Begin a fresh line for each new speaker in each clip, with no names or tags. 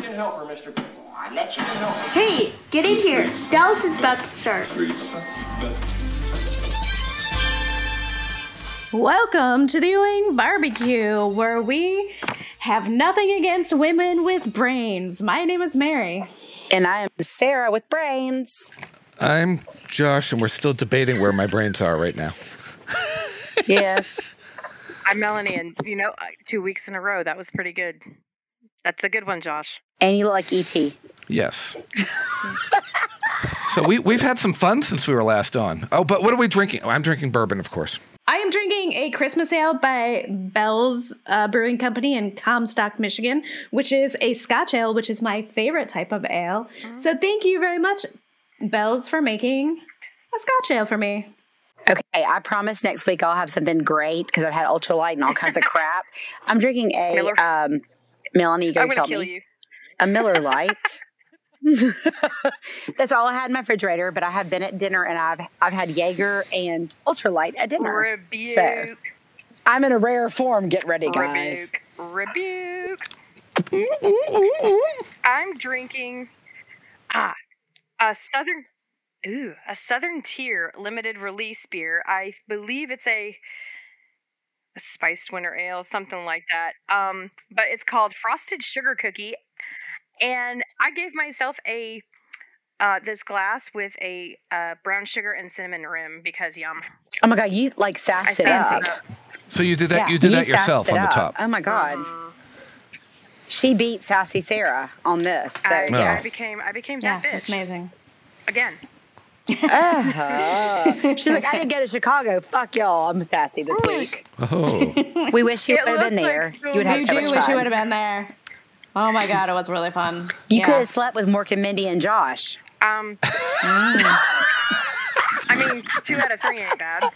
you help her, Mr. Green. I let you help her.
Hey, get in here. Dallas is about to start.
Read something.
Welcome to the Ewing Barbecue, where we have nothing against women with brains. My name is Mary.
And I am Sarah with brains.
I'm Josh, and we're still debating where my brains are right now.
Yes.
I'm Melanie, and you know, I- two weeks in a row, that was pretty good. That's a good one, Josh.
and you look like E E.T.
Yes. so we, we've had some fun since we were last on. Oh, but what are we drinking? Oh, I'm drinking bourbon, of course.
I am drinking a Christmas ale by Bell's uh, Brewing Company in Comstock, Michigan, which is a Scotch ale, which is my favorite type of ale. So thank you very much, Bell's, for making a Scotch ale for me.
Okay, I promise next week I'll have something great because I've had ultralight and all kinds of crap. I'm drinking a
Miller.
um, Melanie. You're
I'm
gonna
gonna
kill,
kill
me.
you.
A Miller Light. That's all I had in my refrigerator, but I have been at dinner and I've I've had Jaeger and ultralight at dinner.
Rebuke.
I'm in a rare form. Get ready, guys.
Rebuke. Rebuke. I'm drinking ah a southern ooh a southern tier limited release beer. I believe it's a, a spiced winter ale, something like that. Um, but it's called Frosted Sugar Cookie, and I gave myself a uh, this glass with a uh, brown sugar and cinnamon rim because yum.
Oh my god, you like
I
sassed it
sassed
up.
it up.
So you did that.
Yeah,
you did that
sassed
yourself
it
on the
up.
top.
Oh my god, she beat sassy Sarah on this. So
I, I
yes.
became I became
Yeah,
that
it's
bitch
amazing.
again.
Uh-huh. She's like, I didn't go to Chicago. Fuck y'all. I'm sassy this week.
Oh,
We wish you
It
would have been
looked like
there.
so
you would have
You
so
do
much
wish you
fun.
would have been there. Oh my god, it was really fun.
You
Yeah.
could have slept with Mork and Mindy and Josh.
Um,
Mm.
I mean, two out of three ain't bad.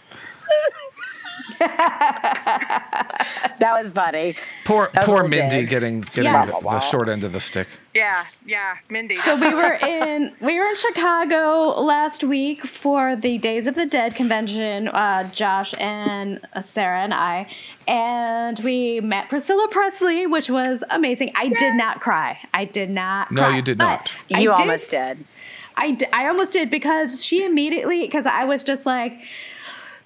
That was funny.
poor
That's
poor
all day.
Mindy getting getting
Yes.
the, the short end of the stick.
Yeah, yeah, Mindy.
So we were in we were in Chicago last week for the Days of the Dead convention. Uh, Josh and uh, Sarah and I, and we met Priscilla Presley, which was amazing. I did not cry. I did not.
No,
cry,
you did
but
not.
I
You almost did.
I, d- I almost did because she immediately because I was just like,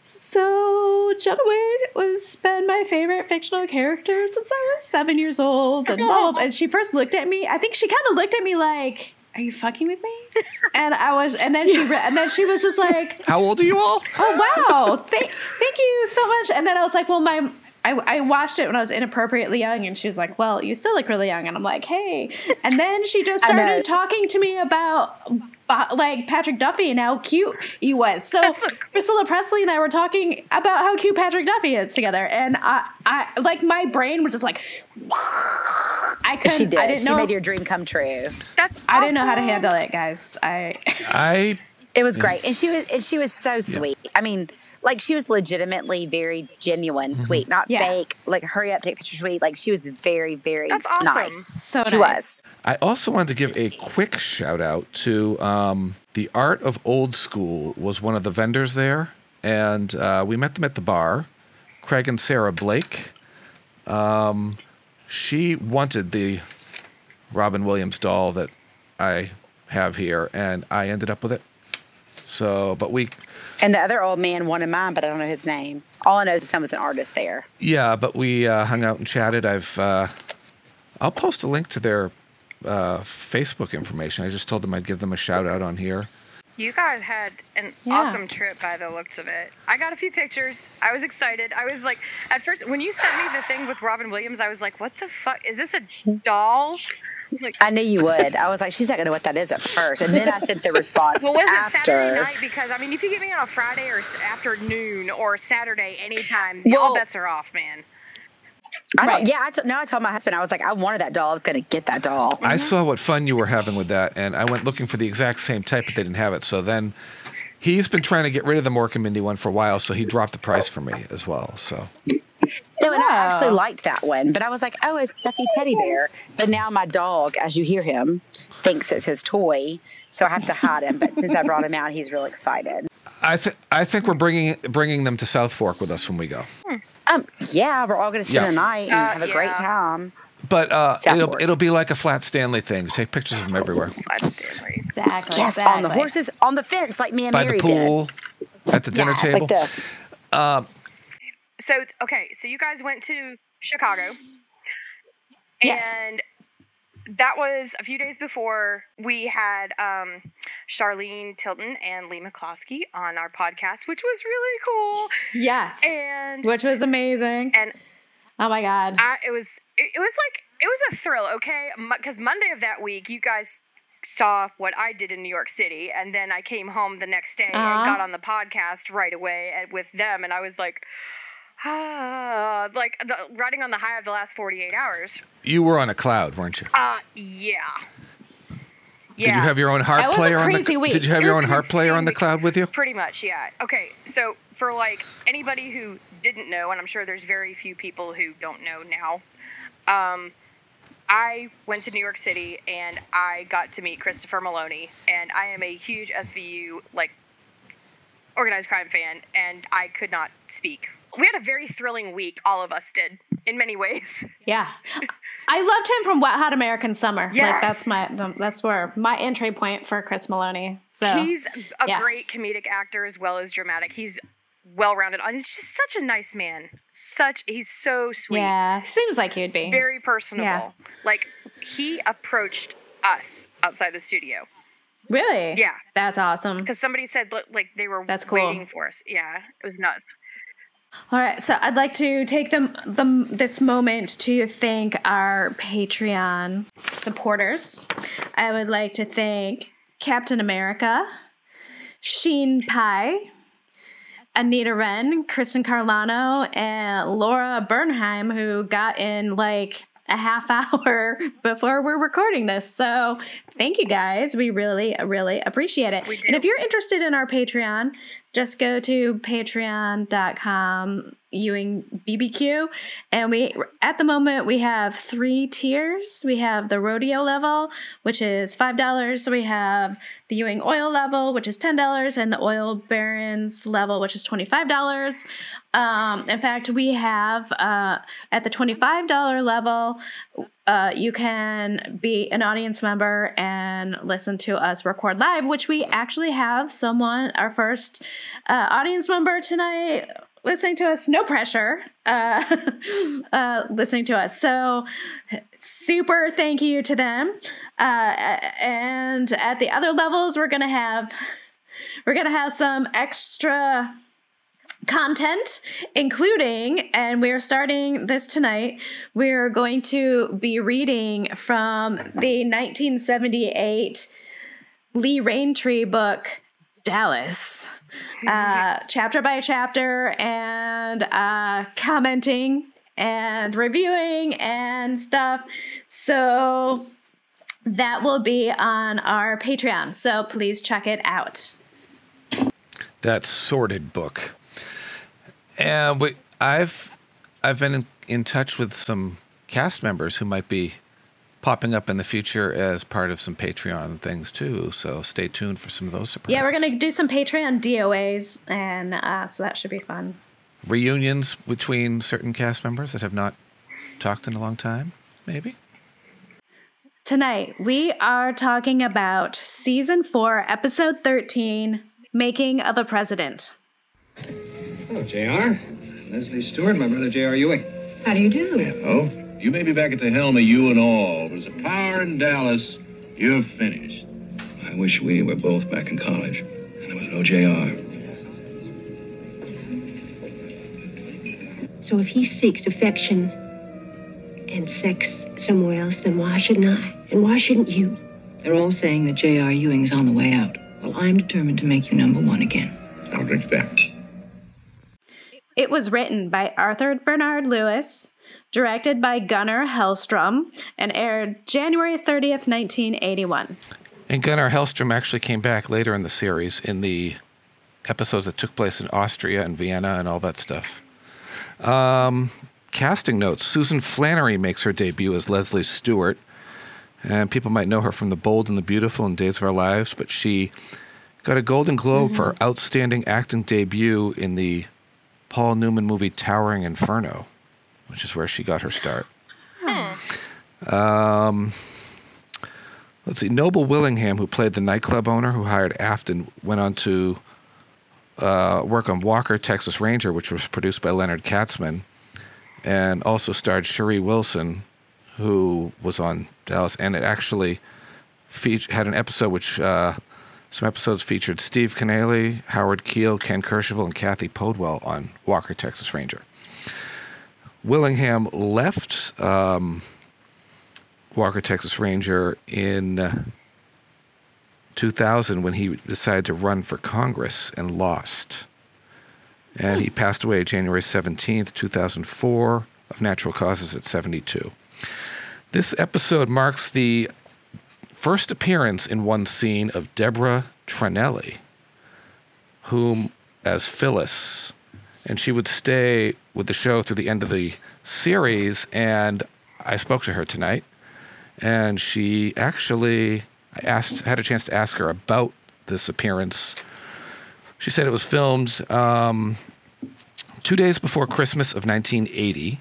so Jenna Wade was been my favorite fictional character since I was seven years old, and blah, blah, blah. and she first looked at me. I think she kind of looked at me like, "Are you fucking with me?" And I was, and then she re- and then she was just like,
How old are you all?
oh wow thank, thank you so much and then i was like well my I, I watched it when i was inappropriately young and she was like well you still look really young and i'm like hey and then she just
know.
started talking to me about uh, like patrick duffy and how cute he was so priscilla presley and i were talking about how cute patrick duffy is together and i, I like my brain was just like i couldn't
She did.
i didn't
she
know
made your dream come true.
that's
i didn't know how to
awesome.
handle it guys i
I
It was great. And she was and she was so sweet. I mean, like she was legitimately very genuine,
Mm-hmm.
sweet, not
Yeah.
fake, like hurry up, take picture sweet. Like she was very, very
That's awesome.
nice.
so
she
nice.
was.
I also wanted to give a quick shout out to um, the Art of Old School was one of the vendors there, and uh, we met them at the bar. Craig and Sarah Blake. Um, she wanted the Robin Williams doll that I have here, and I ended up with it. So, but we,
And the other old man wanted mine, but I don't know his name. All I know is someone's an artist there.
yeah, but we uh, hung out and chatted. I've, uh, I'll post a link to their uh, Facebook information. I just told them I'd give them a shout out on here.
You guys had an
Yeah.
awesome trip by the looks of it. I got a few pictures. I was excited. I was like, at first, when you sent me the thing with Robin Williams, I was like, what the fuck? Is this a doll? Like,
I knew you would. I was like, she's not gonna know what that is at first, and then I sent the response
well, was
after.
it Saturday night? Because, I mean, if you get me on a Friday or s- afternoon or Saturday, anytime, all
Well-
bets are off, man.
I don't,
Right.
yeah, I t- no, I told my husband I was like, I wanted that doll. I was gonna get that doll.
I saw what fun you were having with that, and I went looking for the exact same type, but they didn't have it. So then he's been trying to get rid of the Mork and Mindy one for a while, so he dropped the price for me as well. So
No, and I
Wow.
actually liked that one, but I was like, oh, it's stuffy teddy bear. But now my dog, as you hear him, thinks it's his toy, so I have to hide him. But since I brought him out, he's real excited.
I th- I think we're bringing bringing them to South Fork with us when we go.
Um, yeah, we're all gonna spend
Yeah.
the night and
Uh,
have a
yeah.
great time.
But uh, it'll
Southward.
it'll be like a flat Stanley thing. You take pictures of them everywhere.
Flat Stanley.
Exactly.
Yes, on the
exactly.
horses, on the fence, like me and
By
Mary
the pool, at the dinner
Yeah,
table.
did. Like this.
So th- okay, so you guys went to Chicago.
Yes.
And that was a few days before we had um, Charlene Tilton and Lee McCloskey on our podcast, which was really cool.
Yes.
And
Which was amazing.
and
Oh my God.
I, it was it, it was like it was a thrill, okay? Because Monday of that week, you guys saw what I did in New York City, and then I came home the next day
Uh-huh.
and got on the podcast right away and with them, and I was like, ah, like the, riding on the high of the last forty eight hours.
You were on a cloud, weren't you?
Uh, yeah, yeah.
Did you have your own harp
That was a
player
crazy
on the
week.
Did you have
It
your own
was an
harp player
insane
on the
week.
cloud with you?
Pretty much, yeah. Okay, so for like anybody who didn't know, and I'm sure there's very few people who don't know now, um, I went to New York City and I got to meet Christopher Maloney, and I am a huge SVU like organized crime fan, and I could not speak. We had a very thrilling week, all of us did, in many ways.
Yeah. I loved him from Wet Hot American Summer. Like
Yes.
that's my that's where my entry point for Chris Maloney. So
He's a
yeah.
great comedic actor as well as dramatic. He's well rounded, and he's just such a nice man. Such he's so sweet.
yeah, seems like he'd be.
very personable.
Yeah.
Like he approached us outside the studio
really?
Yeah.
That's awesome.
because somebody said li- like they were
That's cool.
waiting for us. Yeah, it was nuts.
All right, so I'd like to take them the, this moment to thank our Patreon supporters. I would like to thank Captain America, Sheen Pai, Anita Wren, Kristen Carlano, and Laura Bernheim, who got in like a half hour before we're recording this. So thank you guys. We really, really appreciate it.
We do.
And if you're interested in our Patreon, just go to patreon.com Ewing BBQ. And we at the moment we have three tiers. We have the rodeo level, which is five dollars. We have the Ewing oil level, which is ten dollars, and the oil barons level, which is twenty-five dollars. Um, in fact, we have uh, at the twenty-five dollar level, uh, you can be an audience member and listen to us record live, which we actually have someone, our first uh, audience member tonight, listening to us. No pressure, uh, uh, listening to us. So, super thank you to them. Uh, and at the other levels, we're gonna have we're gonna have some extra content, including, and we are starting this tonight, we're going to be reading from the 1978 Lee Raintree book, Dallas, uh, chapter by chapter, and uh, commenting and reviewing and stuff. So that will be on our Patreon. So please check it out.
that sordid book. And we, I've I've been in, in touch with some cast members who might be popping up in the future as part of some Patreon things too. So stay tuned for some of those surprises.
Yeah, we're gonna do some Patreon DOAs, and uh, so that should be fun.
reunions between certain cast members that have not talked in a long time. Maybe
Tonight we are talking about season four, episode thirteen, "Making of a President."
Hello, JR. Leslie Stewart, my brother JR Ewing.
How do you do?
Oh, you may be back at the helm of you and all, but as a power in Dallas, you're finished.
I wish we were both back in college and there was no JR.
So if he seeks affection and sex somewhere else, then why shouldn't I? And why shouldn't you? They're all saying that J.R. Ewing's on the way out. Well, I'm determined to make you number one again.
I'll drink that.
It was written by Arthur Bernard Lewis, directed by Gunnar Hellstrom, and aired January thirtieth, nineteen eighty-one.
and Gunnar Hellstrom actually came back later in the series in the episodes that took place in Austria and Vienna and all that stuff. Um, casting notes: Susan Flannery makes her debut as Leslie Stewart, and people might know her from *The Bold and the Beautiful* and *Days of Our Lives*, but she got a Golden Globe for her outstanding acting debut in the Paul Newman movie *Towering Inferno*, which is where she got her start. Um, let's see. Noble Willingham, who played the nightclub owner who hired Afton, went on to uh, work on Walker, Texas Ranger, which was produced by Leonard Katzman, and also starred Cherie Wilson, who was on Dallas, and it actually feat- had an episode which uh, some episodes featured Steve Canale, Howard Keel, Ken Kercheval, and Kathy Podwell on Walker, Texas Ranger. Willingham left um, Walker, Texas Ranger in uh, 2000 when he decided to run for Congress and lost. And he passed away January 17th, 2004, of natural causes at 72. This episode marks the first appearance in one scene of Deborah Tranelli, whom as Phyllis, and she would stay with the show through the end of the series. And I spoke to her tonight, and she actually I asked had a chance to ask her about this appearance. She said it was filmed um, two days before Christmas of 1980.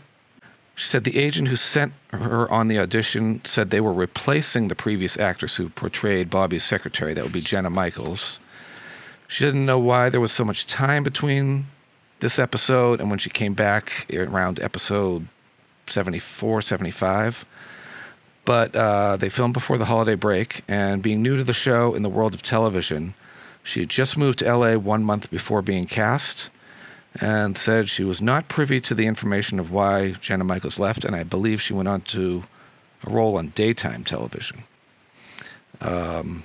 She said the agent who sent her on the audition said they were replacing the previous actress who portrayed Bobby's secretary. That would be Jenna Michaels. She didn't know why there was so much time between this episode and when she came back around episode 74, 75. But uh, they filmed before the holiday break, and being new to the show in the world of television, she had just moved to LA one month before being cast and said she was not privy to the information of why Jenna Michaels left, and I believe she went on to a role on daytime television. Um,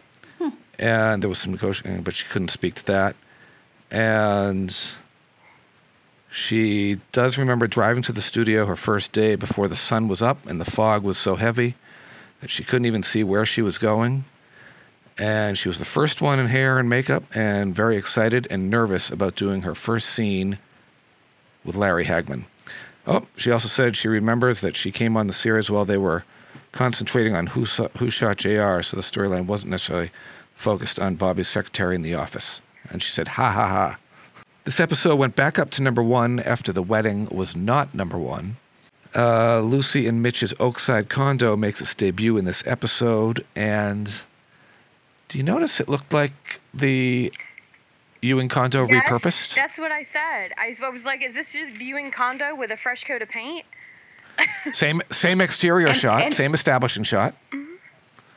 And there was some negotiating, but she couldn't speak to that. And she does remember driving to the studio her first day before the sun was up and the fog was so heavy that she couldn't even see where she was going. And she was the first one in hair and makeup and very excited and nervous about doing her first scene with Larry Hagman. Oh, she also said she remembers that she came on the series while they were concentrating on who, saw, who shot JR, so the storyline wasn't necessarily focused on Bobby's secretary in the office. And she said, ha ha ha. This episode went back up to number one after the wedding was not number one. Uh, Lucy and Mitch's Oakside condo makes its debut in this episode, and do you notice it looked like the Ewing condo
Yes,
repurposed?
That's what I said. I was- I was like, is this just viewing condo with a fresh coat of paint?
Same same exterior
And-
shot,
and-
same establishing shot.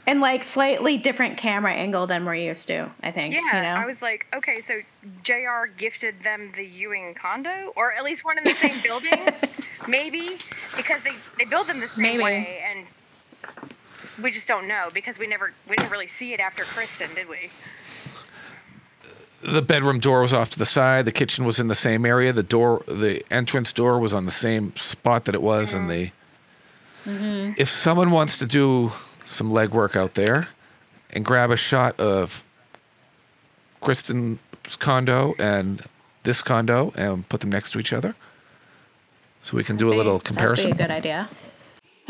And like slightly different camera angle than we're used to, I think.
Yeah,
you know?
I was like, okay, so JR gifted them the Ewing condo, or at least one in the same building, maybe, because they they build them the same
Maybe.
way, and we just don't know because we never we didn't really see it after Kristen, did we?
The bedroom door was off to the side. The kitchen was in the same area. The door, the entrance door, was on the same spot that it was in the.
Mm-hmm.
If someone wants to do some legwork out there, and grab a shot of Kristen's condo and this condo and put them next to each other, so we can do a little comparison.
That'd be a good idea.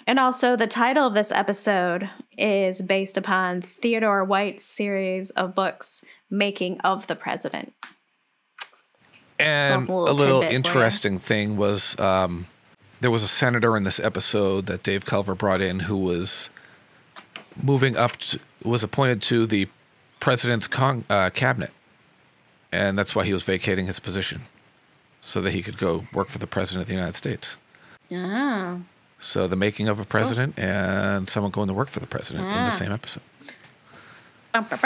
And also, the title of this episode is based upon Theodore White's series of books, Making of the President.
And
Some
a
little
little
tidbit for ya.
interesting thing was um, there was a senator in this episode that Dave Culver brought in who was moving up, to, was appointed to the president's con- uh, cabinet. And that's why he was vacating his position so that he could go work for the president of the United States.
Oh,
So the making of a president and someone going to work for the president in
Ah.
the same episode.
Bum, bum,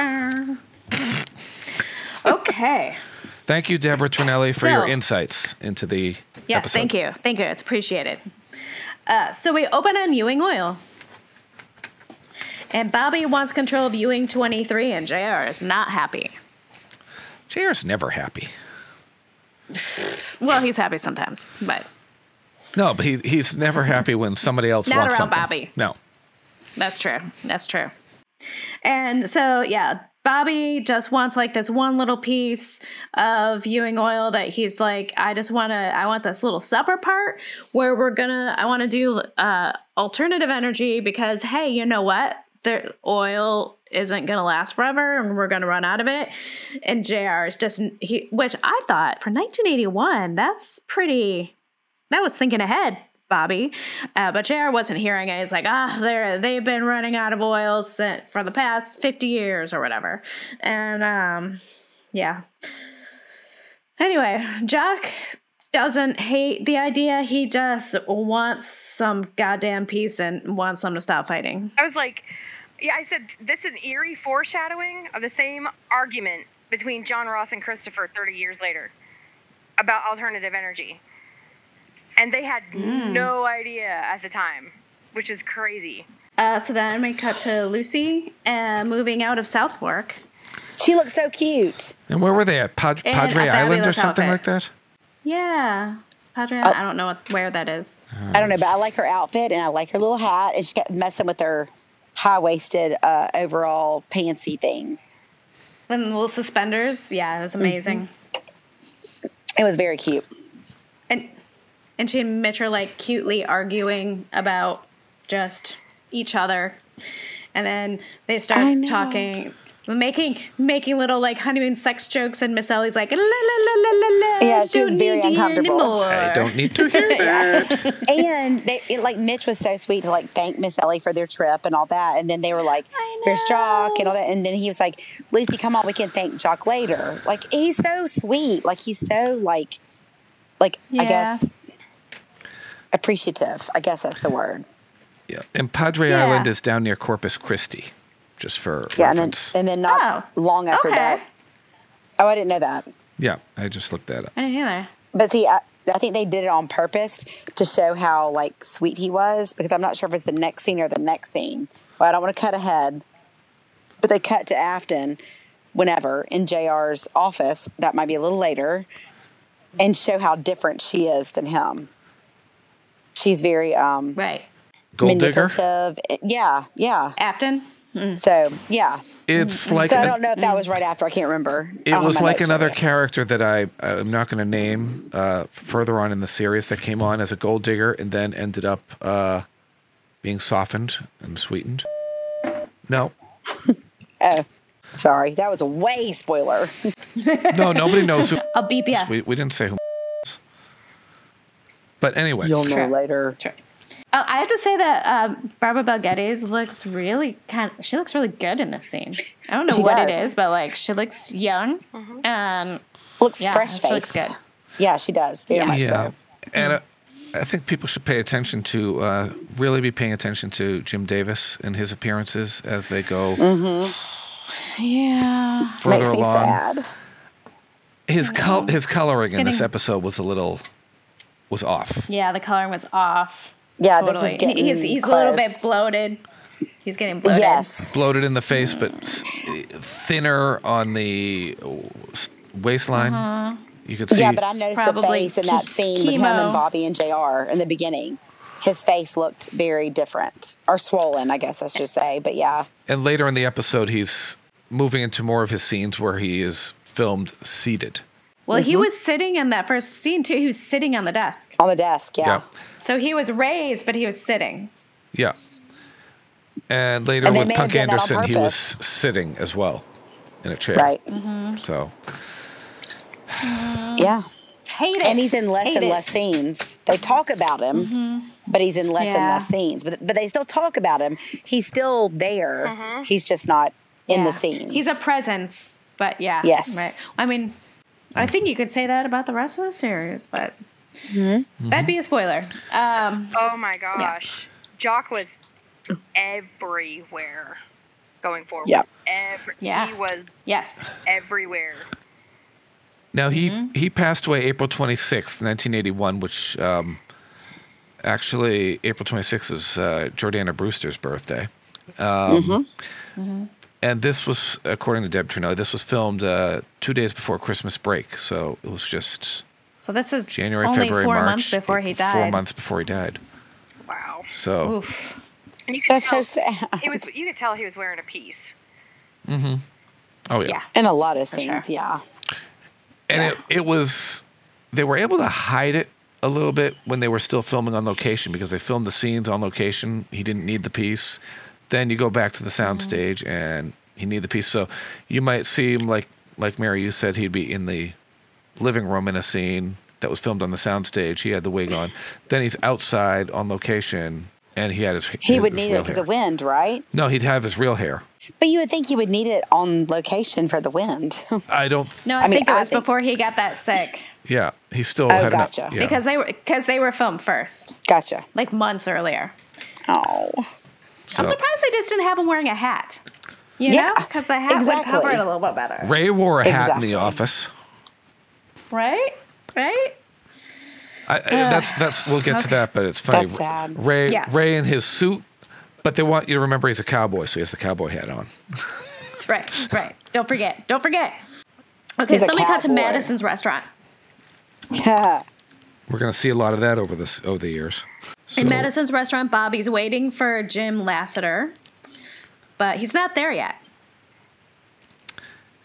bum. okay.
Thank you, Deborah Trinelli, for your
So-
insights into the.
Yes, thank you. Thank you. It's appreciated. Uh, so we open on Ewing Oil. And Bobby wants control of Ewing 23, and JR is not happy.
JR's never happy.
Well, he's happy sometimes, but
No, but he, he's never happy when somebody else
Mm-hmm. Not
wants
around
something.
Bobby.
No.
That's true. That's true. And so, yeah, Bobby just wants like this one little piece of Ewing oil that he's like, I just want to, I want this little supper part where we're gonna, I want to do uh, alternative energy because, hey, you know what? The oil isn't gonna last forever and we're gonna run out of it. And JR is just, he, which I thought for 1981, that's pretty, that was thinking ahead. Bobby. Uh, but JR wasn't hearing it. He's like, ah, they're, they've been running out of oil since, for the past 50 years or whatever. And um, yeah. Anyway, Jack doesn't hate the idea. He just wants some goddamn peace and wants them to stop fighting.
I was like, yeah, I said this is an eerie foreshadowing of the same argument between John Ross and Christopher 30 years later about alternative energy. And they had
Hmm.
no idea at the time, which is crazy.
Uh, so then we cut to Lucy uh, moving out of South Fork.
She looks so cute.
And where were they at? Pad-
In
Padre
a
Island or
fabulous
something
outfit.
like that?
Yeah. Padre, I don't know what, where that is.
I don't know, but I like her outfit and I like her little hat, and she got messing with her high waisted uh, overall pantsy things.
And the little suspenders. Yeah, it was amazing.
It was very cute.
And and she and Mitch are like cutely arguing about just each other. And then they
I
start
know.
talking making making little like honeymoon sex jokes and Miss Ellie's like la la la la la la
Yeah, she was very uncomfortable.
I don't need to hear that.
and they it, like Mitch was so sweet to like thank Miss Ellie for their trip and all that. And then they were like,
I
"Here's Jock" and
know.
all that. And then he was like, "Lucy, come on, we can thank Jock later." Like he's so sweet. Like he's so like, like I
Yeah.
guess appreciative. I guess that's the word.
yeah. And Padre
Yeah.
Island is down near Corpus Christi, just for
Yeah. And then
reference.
and then not
Oh,
long after
okay.
that. Oh, I didn't know that.
yeah, I just looked that up.
I didn't either.
But see, I, I think they did it on purpose to show how like sweet he was because I'm not sure if it's the next scene or the next scene. Well, I don't want to cut ahead, but they cut to Afton whenever in JR's office. That might be a little later, and show how different she is than him. She's very um,
Right.
Gold digger.
manipulative. eh, Yeah, yeah.
Afton?
So yeah.
It's like
Mm-hmm. so I
an-
don't know if that was right after. I can't remember. I
it
don't have
was
my
like
notes
another
right now.
character that I I'm not going to name uh, further on in the series that came on as a gold digger and then ended up uh, being softened and sweetened. No,
Sorry, that was a way spoiler.
no, nobody knows who.
I'll beep ya.
We, we didn't say who. is. But anyway,
You'll know
Sure.
later.
Sure. Oh, I have to say that um, Barbara Bel Geddes looks really kind. she looks really good in this scene. I don't know
She
what it
does.
is, but like she looks young and
Looks
yeah,
fresh
she looks
faced.
good.
Yeah, she does. Very
Yeah.
much
yeah,
so.
and uh, I think people should pay attention to uh, really be paying attention to Jim Davis and his appearances as they go
Mm-hmm. Yeah,
further
Makes me
along.
sad.
His col- his coloring in this
getting-
episode was a little was off.
yeah. The coloring was off.
Yeah, this is
totally. And
getting
he's he's a little bit
close.
bloated. He's getting bloated.
Yes.
bloated in the face, but s- thinner on the s- waistline.
Uh-huh.
You could see.
yeah, but I noticed the
probably
face in that
ke-
scene with him
chemo.
and Bobby and JR in the beginning. His face looked very different or swollen, I guess I should say. But yeah,
and later in the episode, he's moving into more of his scenes where he is filmed seated.
Well,
Mm-hmm.
he was sitting in that first scene too. He was sitting on the desk,
on the desk. Yeah.
so he was raised, but he was sitting.
Yeah. And later
And they
with
may have
Punk
done that on
Anderson, he was
purpose.
s- sitting as well in a chair.
Right.
So,
Yeah.
Hate it.
And he's in less
Hate
and
it. Mm-hmm.
less scenes. They talk about him, but he's in less and
Yeah.
less scenes. But, but they still talk about him. He's still there. He's just not in the
Uh-huh. Yeah.
scenes.
He's a presence, but yeah.
Yes.
Right. I mean, I think you could say that about the rest of the series, but
Mm-hmm.
that'd be a spoiler. Um,
Oh my gosh. Jock was everywhere going forward.
Yeah.
Every,
Yeah.
He was
yes.
everywhere.
now he, he passed away April 26th, 1981, which um, actually, April 26th is uh, Jordana Brewster's birthday. Um,
Mm-hmm.
and this was according to Deb Trudeau, this was filmed uh, two days before Christmas break, so it was just
So this is
January,
only
February,
four
March.
months before he died.
Four months before he died.
Wow.
So
Oof.
And you could
That's so
tell
sad.
he was you could tell he was wearing a piece.
oh yeah,
Yeah.
in a lot of
sure.
scenes. Yeah.
and it it was they were able to hide it a little bit when they were still filming on location because they filmed the scenes on location. He didn't need the piece. Then you go back to the
Mm-hmm.
soundstage and he needed the piece. So you might see him like like Mary, you said he'd be in the living room in a scene. that was filmed on the soundstage. He had the wig on. Then he's outside on location, and he had his.
He
his
would need
real
it because
hair.
of wind, right?
No, he'd have his real hair.
But you would think you would need it on location for the wind.
I don't.
No, I,
I mean,
think it
I
was
think-
before he got that sick
Yeah, he still
Oh,
had enough-
gotcha.
yeah.
because they were because they were filmed first,
gotcha.
like months earlier.
Oh,
I'm
So-
surprised they just didn't have him wearing a hat. You
Yeah,
know, because the hat would cover
exactly.
it a little bit better,
Ray wore a hat in
Exactly.
the office.
right? Right?
I, I, that's that's we'll get to that, but it's funny.
That's sad.
Ray
Yeah.
Ray in his suit, but they want you to remember he's a cowboy, so he has the cowboy hat on.
That's right. That's right. Don't forget. Don't forget. Okay,
He's a
so then we cut to
cowboy.
Madison's restaurant.
yeah.
We're gonna see a lot of that over this over the years. So,
In Madison's restaurant, Bobby's waiting for Jim Lassiter, but he's not there yet.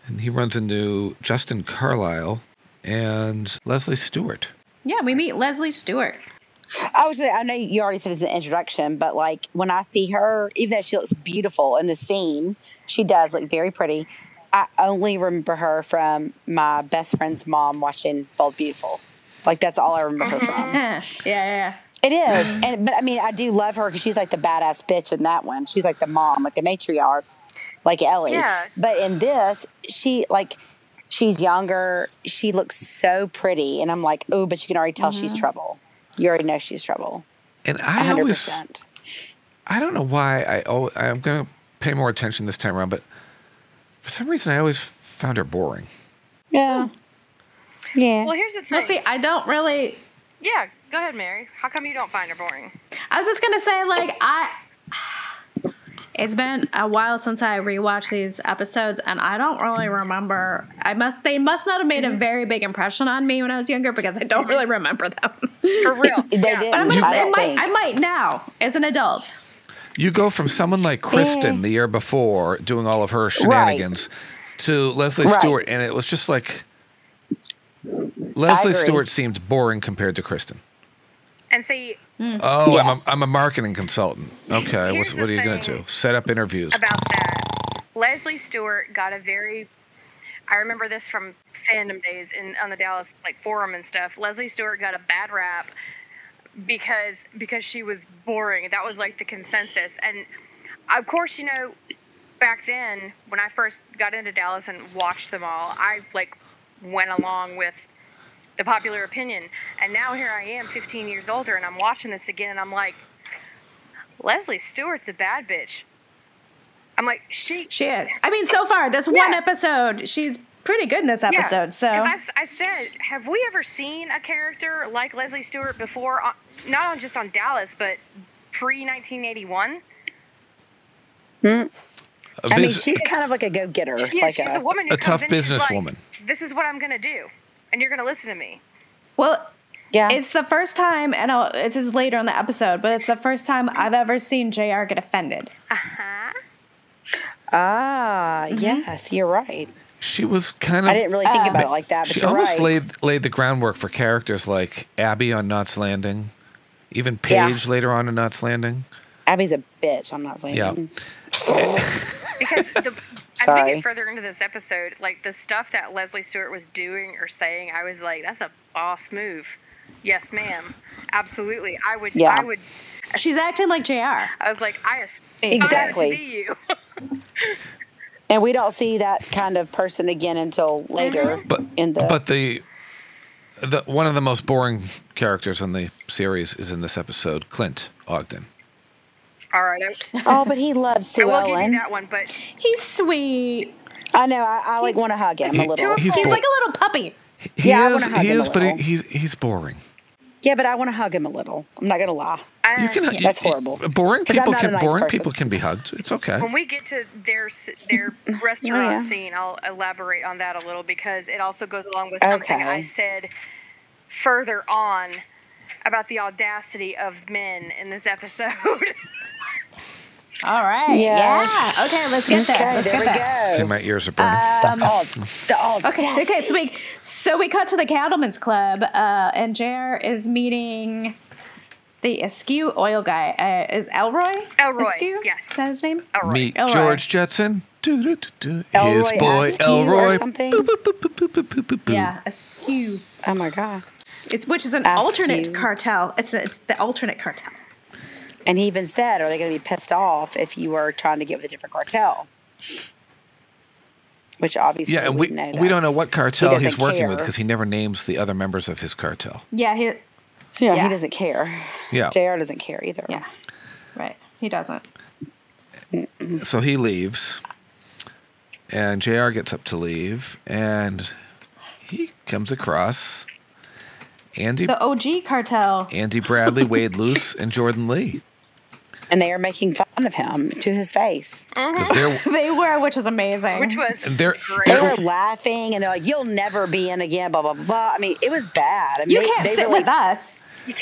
and he runs into Justin Carlisle and Leslie Stewart.
Yeah, we meet Leslie Stewart.
I was. I know you already said it's an introduction, but like when I see her, even though she looks beautiful in the scene, she does look very pretty. I only remember her from my best friend's mom watching Bold Beautiful. Like that's all I remember her from.
Huh. Yeah, yeah, yeah.
It is, and but I mean, I do love her because she's like the badass bitch in that one. She's like the mom, like the matriarch, like Ellie.
Yeah.
But in this, she like she's younger. She looks so pretty, and I'm like, oh, but you can already tell she's trouble. You already know she's trouble.
And I
hundred
always
percent.
I don't know why I oh I'm gonna pay more attention this time around, but for some reason I always found her boring.
Yeah. Yeah.
Well, here's the thing.
Well, see, I don't really.
Yeah, go ahead, Mary. How come you don't find her boring?
I was just gonna say, like, I. It's been a while since I rewatched these episodes, and I don't really remember. I must. They must not have made
Mm-hmm.
a very big impression on me when I was younger because I don't really remember them.
For real.
they didn't.
But I might,
I
I
don't
might,
think.
I might now as an adult.
You go from someone like Kristen
Eh.
the year before doing all of her shenanigans to Leslie
Right.
Stewart, and it was just like Leslie
agree.
Stewart seemed boring compared to Kristen.
And see,
Oh,
Mm-hmm. Yes.
I'm, a, I'm a marketing consultant. Okay,
Here's
what's,
the
what are you going to
thing
do? Set up interviews.
about that. Leslie Stewart got a very. I remember this from fandom days in on the Dallas like forum and stuff. Leslie Stewart got a bad rap because because she was boring. That was like the consensus. And of course, you know, back then when I first got into Dallas and watched them all, I like went along with the popular opinion. And now here I am, 15 years older, and I'm watching this again, and I'm like, Leslie Stewart's a bad bitch. I'm like, she.
She is. I mean, so far this one
Yeah.
episode, she's pretty good in this episode. so
'Cause I've, I said, have we ever seen a character like Leslie Stewart before? On, not on just on Dallas, but pre 1981.
A
I mean,
bus-
she's kind of like a go-getter.
She,
like
she's a, woman who
a
comes
tough
in, she's like,
businesswoman.
This is what I'm gonna do, and you're gonna listen to me.
well,
Yeah.
it's the first time, and I'll, this is later in the episode, but it's the first time I've ever seen Jr. get offended.
ah, yes, you're right.
she was kind of.
I didn't really think about it like that, but
She
you're
almost
right.
laid laid the groundwork for characters like Abby on Knots Landing, even Paige later on in Knots Landing.
Abby's a bitch. I'm not saying. Mm-hmm.
Yeah.
because the, as we
Sorry.
get further into this episode, like the stuff that Leslie Stewart was doing or saying, I was like, that's a boss move. Yes, ma'am. Absolutely. I would.
Yeah.
I would.
She's acting like Jr.
I was like, I aspire
Exactly.
to be you.
And we don't see that kind of person again until later
But
in the.
but the the one of the most boring characters in the series is in this episode, Clint Ogden.
All right. I,
oh, but he loves
I
Sue
will give
Ellen.
you that one, but
He's sweet.
I know. I, I like want to hug him a little.
He's,
He's
bo-
like a little puppy.
he
Yeah, I
is
wanna hug
he
him a
is, but he,
little.
he's he's boring.
Yeah, but I want to hug him a little. I'm not gonna lie.
I,
You can you-
that's horrible.
Boring
Because I'm
people
not
can
a nice
boring
person.
people can be hugged. It's okay.
when we get to their s- their restaurant
yeah.
scene, I'll elaborate on that a little because it also goes along with something
Okay.
I said further on about the audacity of men in this episode.
All right.
Yes.
Yeah. Okay, let's get there.
Okay,
Let's
there
get
we
there.
Okay,
go.
my ears are burning.
the all, the all
Okay. Okay. So we so we cut to the Cattlemen's Club, uh, and Jr. is meeting the Askew oil guy. Uh, is Elroy?
Elroy,
Askew?
yes.
Is that his name?
All right.
Meet
Elroy.
George Jetson. Do, do, do, do. His
Elroy
boy
Askew or
Elroy.
something?
Boop, boop, boop, boop, boop, boop, boop, boop.
Yeah, Askew.
Oh my god.
It's which is an
Ask
alternate
you.
cartel. It's it's the alternate cartel.
And he even said, "Are they going to be pissed off if you were trying to get with a different cartel?" Which obviously,
yeah, and
would
we
know
we don't
this.
know what
He
cartel he's
doesn't
working with
care.
because he never names the other members of his cartel.
Yeah, he
yeah,
yeah.
he doesn't care.
Yeah.
Jr. doesn't care either.
yeah, right. He doesn't.
So he leaves, and JR gets up to leave, and he comes across Andy
The OG cartel.
Andy Bradley, Wade Luce, and Jordan Lee
and they are making fun of him to his face.
because they're
They were, which was amazing.
Which was
they're
They were
they're-
laughing and they're like, "You'll never be in again." Blah blah blah. I mean, it was bad. I mean,
you
they,
can't
they
sit
really-
with us.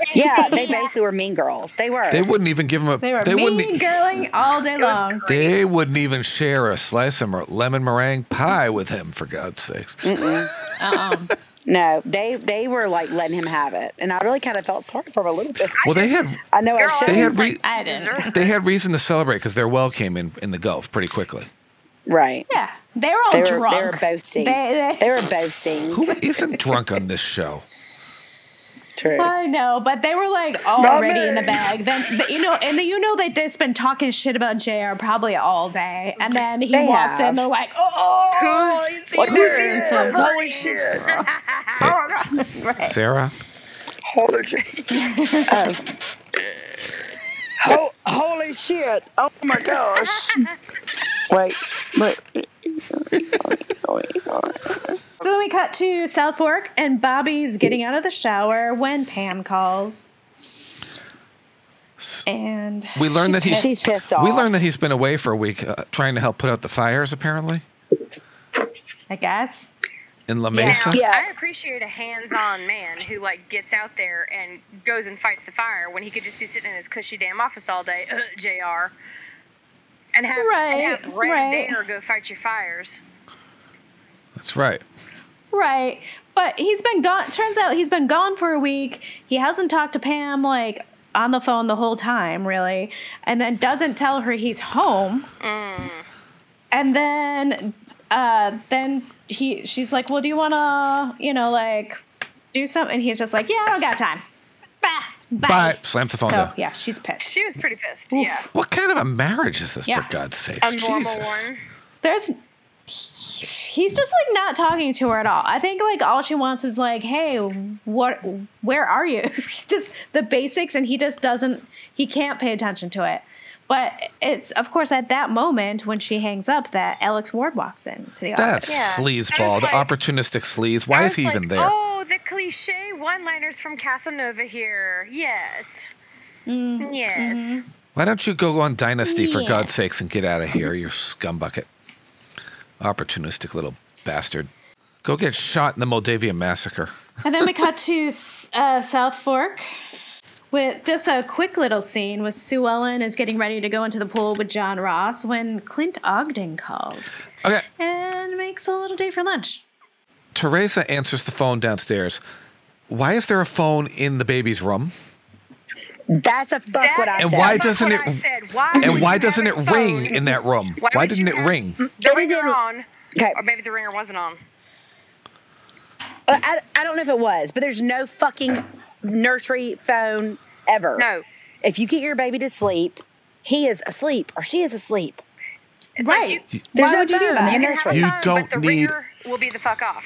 Yeah, they basically were mean girls. They were.
they wouldn't even give him a
They were
wouldn't
mean
e-
girling all day long.
They wouldn't even share a slice of mer- lemon meringue pie with him, for God's sakes.
Mm,
No, they they were like letting him have it, and I really kind of felt sorry for him a little bit.
Well, they had
I know I should.
they had re-
I didn't.
they had reason to celebrate because their well came in in the Gulf pretty quickly.
right.
Yeah, they were all
They were,
drunk.
they were boasting.
They-
They,
they-
were boasting.
Who isn't drunk on this show?
True.
I know, but they were like already in the bag. Then the, you know, and the, you know they just been talking shit about Jr. probably all day, and then he
They
walks in.
have.
They're like, "Oh,
Who's
what
here?
is this?"
Holy shit!
Sarah?
Holy shit! Oh. Ho- holy shit! Oh my gosh! Wait, wait.
So then we cut to South Fork, and Bobby's getting out of the shower when Pam calls. And
We learned that he's
She's pissed off.
we learned that he's been away for a week uh, trying to help put out the fires apparently
I guess
in La Mesa.
Yeah.
I appreciate a hands-on man who like gets out there and goes and fights the fire when he could just be sitting in his cushy damn office all day, uh, Jr. And have,
Right,
and have Red
right.
Banner go fight your fires.
That's right.
right, but he's been gone. Turns out he's been gone for a week. He hasn't talked to Pam like on the phone the whole time, really, and then doesn't tell her he's home. And then, uh, then he she's like, "Well, do you want to, you know, like do something?" And he's just like, "Yeah, I don't got time." Bah, bye.
Bye. Slam the phone
So
down.
yeah, she's pissed.
She was pretty pissed. Yeah,
What kind of a marriage is this,
Yeah.
for God's sakes?
a normal
Jesus.
one.
there's he's just like not talking to her at all i think like all she wants is like hey what where are you just the basics and he just doesn't he can't pay attention to it but it's of course at that moment when she hangs up that alex ward walks in to the office
That's
Yeah.
sleazeball, the
I was like-
opportunistic sleaze. Why
I
is
was
he
like,
even there?
Oh, the cliche one-liners from Casanova here. Yes.
Mm-hmm.
Yes.
Why don't you go on Dynasty for
Yes.
God's sakes and get out of here, you scumbucket? Opportunistic little bastard. Go get shot in the Moldavian massacre.
and then we cut to uh, south fork with just a quick little scene with sue ellen is getting ready to go into the pool with john ross when clint ogden calls
Okay.
and makes a little date for lunch
Teresa answers the phone downstairs. Why is there a phone in the baby's room?
That's a fuck
That
what I
is
And
said.
why
fuck
doesn't
what
it-
I said. Why would
And why
you
doesn't it
have a
ring
phone?
in that room?
Why
Why
would
didn't
you
it
have-
ring?
The
It is
ringer
in-
on,
Okay.
or maybe the ringer wasn't on.
I, I don't know if it was, but there's no fucking nursery phone ever.
No.
If you get your baby to sleep, he is asleep or she is asleep.
It's
right
Like you,
There's
Why
no
would you do
phone
that?
in
you
the
can have a
nursery.
You
phone,
don't
but the
need-
ringer will be the fuck off.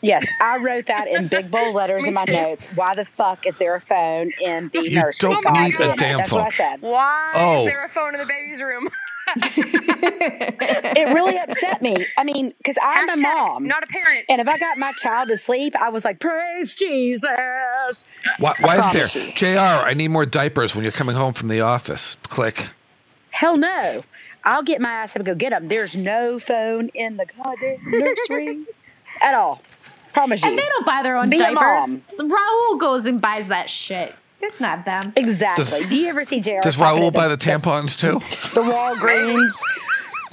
yes, I wrote that in big bold letters in my notes. Why the fuck is there a phone in the
You
nursery?
don't
Oh
God
need a
damn it.
damn
That's what I said.
Why
Oh.
is there a phone in the baby's room?
It really upset me. I mean, because I'm a
Hashtag
mom.
Not a parent.
and if I got my child to sleep, I was like, praise Jesus.
Why, why is there?
promise you.
JR, I need more diapers when you're coming home from the office. Click.
Hell no. I'll get my ass up and go get them. There's no phone in the goddamn nursery at all. Promise you.
They don't buy their own
Be
diapers.
a mom.
Raul goes and buys that shit. It's not them.
exactly.
Does-
Do you ever see JR?
Does
popping
Raul
in
buy the tampons too?
the Walgreens?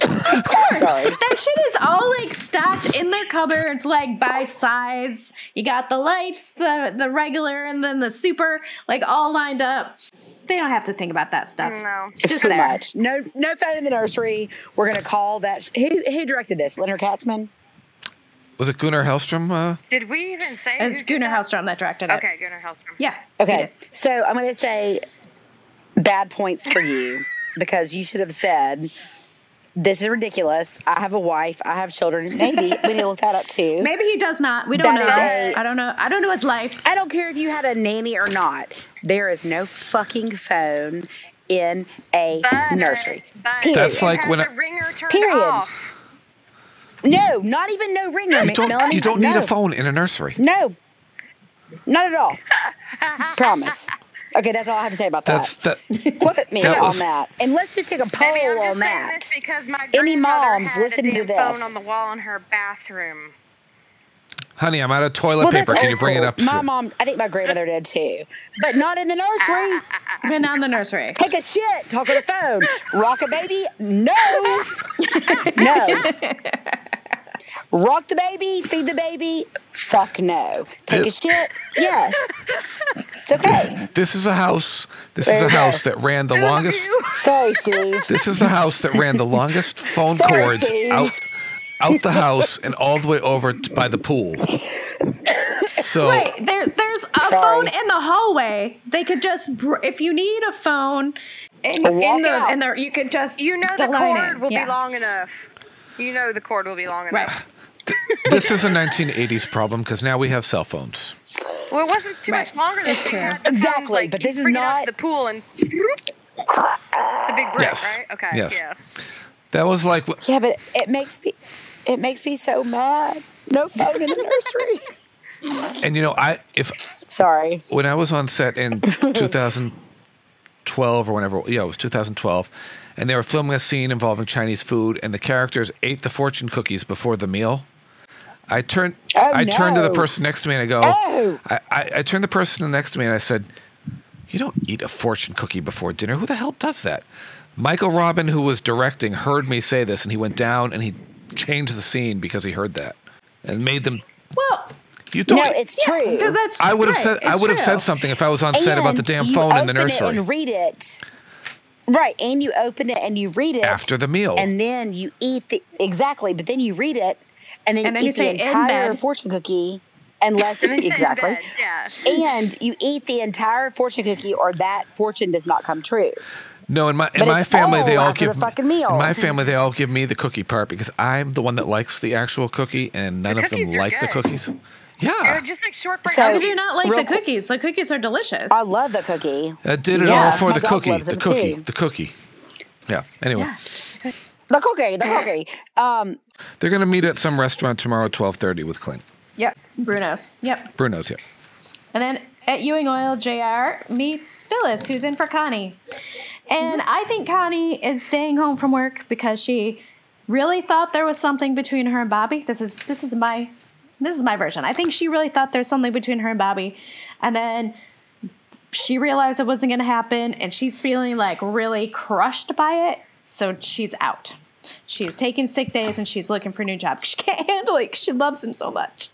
of course. Sorry.
That shit is all like stocked in their cupboards, like by size. You got the lights, the the regular, and then the super, like all lined up. They don't have to think about that stuff.
No.
It's
just
too
there.
much. No, no phone in the nursery. We're gonna call that. Who, who directed this? Leonard Katzman.
Was it Gunnar Hellstrom? Uh,
Did we even say? who
It's
did
Gunnar
that?
Hellstrom that directed it.
Okay, Gunnar Hellstrom.
Yeah. he
Okay.
did.
So I'm going to say bad points for you because you should have said, this is ridiculous. I have a wife. I have children. Maybe we need to look that up too.
Maybe he does not. We don't
That
know.
is a-
I don't know. I don't know his life.
I don't care if you had a nanny or not. There is no fucking phone in a
But,
nursery.
But
Period.
That's
you
like
had
when
the
I-
ringer turned
Period.
off.
No, not even no ringer.
you don't,
Melanie.
you don't need
No.
a phone in a nursery.
No, not at all. Promise. Okay, that's all I have to say about
That's
that.
that.
Quit me
that
on
was-
that. And let's just take a poll
Maybe I'm just
on
saying
that.
this because my
Oh, Any
grandmother
moms,
had a
listen to
damn
this.
phone on the wall in her bathroom.
Honey, I'm out of toilet
Well, that's
paper. Can
old
you bring it
school.
up?
My mom, I think my grandmother did too, but not in the
Ah.
nursery.
Been on the nursery.
Take a shit, talk on the phone, rock a baby, no, no. Rock the baby, feed the baby, fuck no. Take
This-
a shit, yes. It's okay.
This is a house. This is
There
a
you go.
house that ran the longest.
Sorry, Steve.
This is the house that ran the longest phone
Sorry,
cords
Steve.
out out the house and all the way over t- by the pool. So
Wait, there, there's a
Sorry.
phone in the hallway. They could just, br- if you need a phone, in,
Walk
in the,
out.
in there, you could just.
You know the
line
cord
in.
will
Yeah.
be long enough. You know the cord will be long
Right.
enough.
this is a 1980s problem because now we have cell phones.
Well, it wasn't too much
Right.
longer than
It's
we
true.
had the phone,
Exactly,
like,
but
you
this is
bring it out
not-
to the pool and the big brick,
Yes.
right? Okay.
Yes.
Yeah.
That was like wh-
Yeah, but it makes me, it makes me so mad. No phone in the nursery.
and you know I if
Sorry.
when I was on set in 2012 or whenever, yeah, it was 2012, and they were filming a scene involving Chinese food, and the characters ate the fortune cookies before the meal. I turned,
Oh,
I turned to the
no.
person next to me and I go,
Oh.
I, I, I turned to the person next to me and I said, "You don't eat a fortune cookie before dinner. Who the hell does that?" Michael Robin, who was directing, heard me say this, and he went down and he changed the scene because he heard that and made them.
Well,
"If You don't.
no,
eat-
it's true.
because that's.
I would have
right,
said I
it's
would have
true.
said something if I was on set about the
And
damn
you
phone in the
open
nursery.
It and read it. Right, and you open it and you read it
After the meal.
and then you eat the exactly, but then you read it, and then
And
you
then
eat
you say, "In
the entire
bed."
fortune cookie, unless
And then you
exactly,
Say in bed. Yeah.
and you eat the entire fortune cookie, or that fortune does not come true.
no, in my in
But
my
it's
family they
all
all
after the
give me-
fucking meal.
In my family they all give me the cookie part because I'm the one that likes the actual cookie and none of them
cookies are
like the
good.
cookies.
They're
Yeah,
Uh, just like shortbread.
So-
How
So,
could you not like
Real
the
quick-
cookies? The cookies are delicious.
I love the cookie.
I did it all
Yes,
for
my
the
dog
cookie,
loves
the
them
cookie,
too.
the cookie. Yeah. Anyway,
Yeah.
The cookie, the cookie. Um,
they're gonna meet at some restaurant tomorrow at 12:30 with Clint
Yep. Bruno's. Yep.
Bruno's here.
And then at Ewing Oil, JR meets Phyllis, who's in for Connie. And I think Connie is staying home from work because she really thought there was something between her and Bobby. This is this is my this is my version. I think she really thought there's something between her and Bobby. And then she realized it wasn't going to happen and she's feeling like really crushed by it. So she's out. She's taking sick days and she's looking for a new job. She can't handle it 'cause she loves him so much.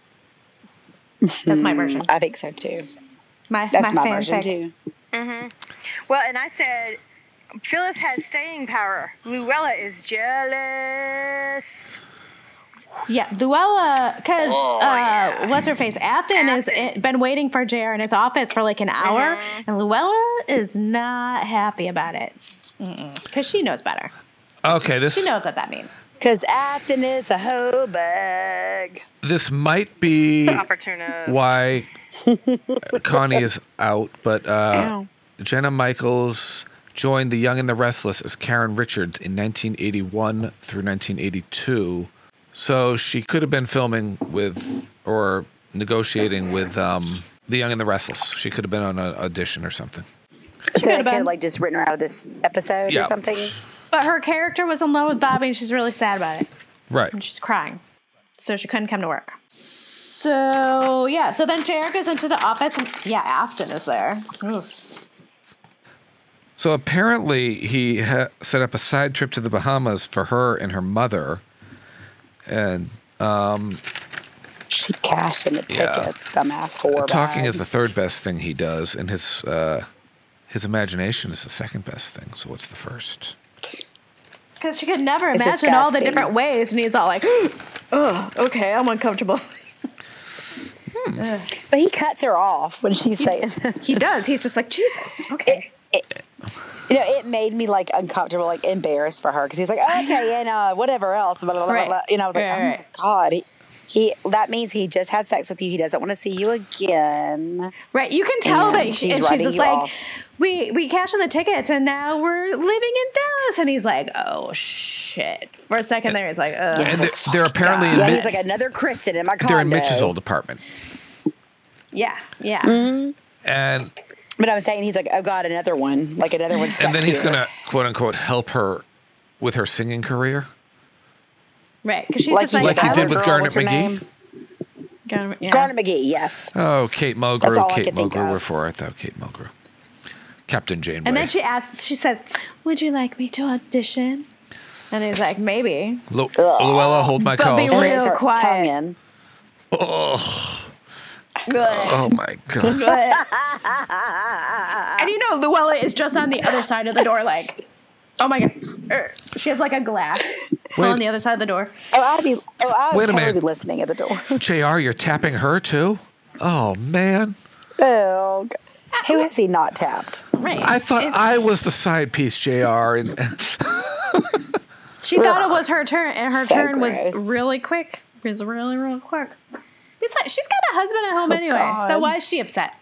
That's my version.
I think so too.
My,
That's my,
fan
version
fic.
too.
well, and I said, Phyllis has staying power. Luella is jealous.
Yeah, Luella, because
Oh,
uh,
yeah.
what's her face? Afton has i- been waiting for JR in his office for like an
Uh-huh.
hour, and Luella is not happy about it because she knows better.
Okay, this
She knows what that means.
Because Acton is a hoe bag.
this might be
Opportunist.
why Connie is out, but uh, Jenna Michaels joined The Young and the Restless as Karen Richards in 1981 through 1982. So she could have been filming with or negotiating with um, The Young and the Restless. She could have been on an audition or something.
So they
could've
could
been.
have like just written her out of this episode
Yeah.
or something.
But her character was in love with Bobby, and she's really sad about it.
Right.
and she's crying. So she couldn't come to work. So yeah, so then JR goes into the office, and yeah, Afton is there. Oof.
So apparently, he ha- set up a side trip to the Bahamas for her and her mother. And
She cashed in the tickets,
Yeah.
dumb ass whore.
talking
bag.
is the third best thing he does, and his uh, his imagination is the second best thing. So what's the first?
Because she could never
It's
imagine all the
disgusting.
different ways, and he's all like, Ugh, okay, I'm uncomfortable.
But he cuts her off when she's saying.
he does. He's just like, Jesus. Okay.
You know, it made me like uncomfortable, like embarrassed for her because he's like, okay, and uh, whatever else, blah, blah, blah,
Right.
blah. And I was like,
Right,
oh my
right.
god, he, he that means he just had sex with you. He doesn't want to see you again.
Right. You can tell
And
that
she's
she, and she's
writing
just
you
like,
off.
we we cashed in the tickets and now we're living in Dallas. And he's like, oh shit. For a second there, he's like, Ugh.
and they're, they're apparently in,
Yeah,
Mi-
he's like another Kristen in my condo.
they're in Mitch's old apartment.
yeah, yeah.
Mm-hmm.
And
But I was saying he's like, oh god, another one, like another one. stuck
and then he's
here.
going to quote unquote help her with her singing career.
Right. Because she's
Like
just
he-
like,
like he
that
did
other
with
girl,
Garnet
what's her
McGee.
name?
Garnet, yeah.
Garnet McGee, yes.
Oh, Kate
That's all
Mulgrew,
I
Kate
could think
Mulgrew,
of.
we're for it though, Kate Mulgrew. Captain Janeway.
And then she asks, she says, would you like me to audition? And he's like, maybe.
Lu- Luella, hold my
But be
calls.
real-
Reels her
quiet.
tongue in.
Oh my god.
And you know, Luella is just on the other side of the door, like, oh my God. Er, She has like a glass
Wait.
on the other side of the door.
Oh, I'd be. Oh, I would
Wait a
totally
minute.
be listening at the door.
JR, you're tapping her too? Oh man.
oh, God. who has he not tapped?
Right.
I thought I was the side piece, JR, and
She thought it was her turn, and her
So
turn
gross.
was really quick. It was really, really quick. Besides, she's got a husband at home anyway, so
Oh, God.
why is she upset?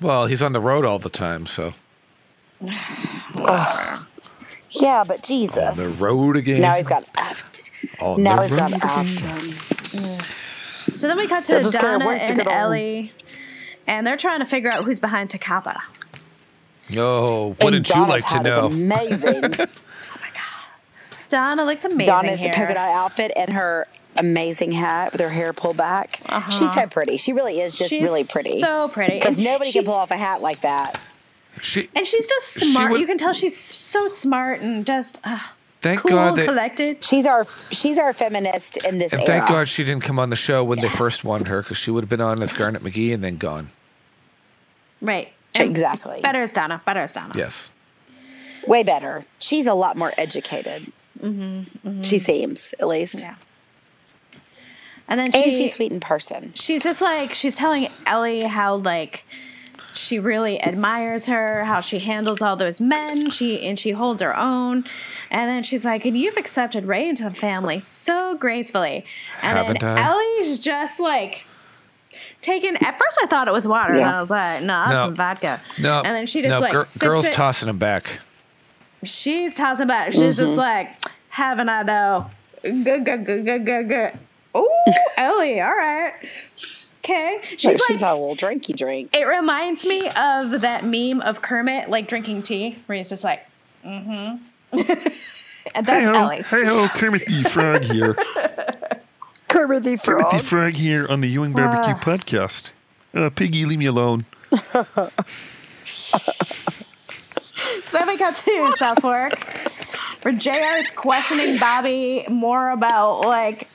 well, he's on the road all the time, so
Yeah, but Jesus.
on the road again.
Now he's got effed.
on
Now
the
he's got
road again.
effed.
So then we cut
They're
to
just gonna
Donna
work to
and
get on.
Ellie, and they're trying to figure out who's behind Takapa.
Oh, wouldn't you like to know?
Amazing.
Donna looks amazing
Donna's
here.
polka dot outfit and her amazing hat with her hair pulled back. She's so pretty. She really is just
Uh-huh. She's
really pretty.
so pretty.
Because
And
nobody
she-
can pull off a hat like that.
She,
and she's just
She
smart.
would-
you can tell she's so smart and just uh,
thank
cool,
God that
collected.
She's our she's our feminist in this
and
era.
thank God she didn't come on the show when they first wanted her because she would have been on as Garnet McGee and then gone.
Right. And
Exactly.
Better is Donna. Better is Donna.
Yes.
Way better. She's a lot more educated. She seems, at least.
Mm-hmm, Yeah. And then
And
she,
she's sweet in person.
she's just like she's telling Ellie how like she really admires her, how she handles all those men, she and she holds her own. And then she's like, and you've accepted Ray into the family so gracefully. And
Haven't
then
I?
Ellie's just like taken at first I thought it was water, and I was like, no, uh, that's
No.
some vodka.
No.
And then she just
no,
like
gir-
sips
girls
it.
tossing him back.
she's tossing back. She's
Mm-hmm.
just like, haven't I though? Good, good, good, good, good, good. Ooh, Ellie, all right. Okay.
She's,
She's
like,
like
she's a little drinky drink.
it reminds me of that meme of Kermit like drinking tea, where he's just like, mm-hmm. and that's Ellie.
Hey ho, Kermit the Frog here.
Kermit the Frog.
Kermit the Frog here on the Ewing
Ah.
Barbecue Podcast. Uh, Piggy, leave me alone.
So then we got to South Fork, where JR is questioning Bobby more about like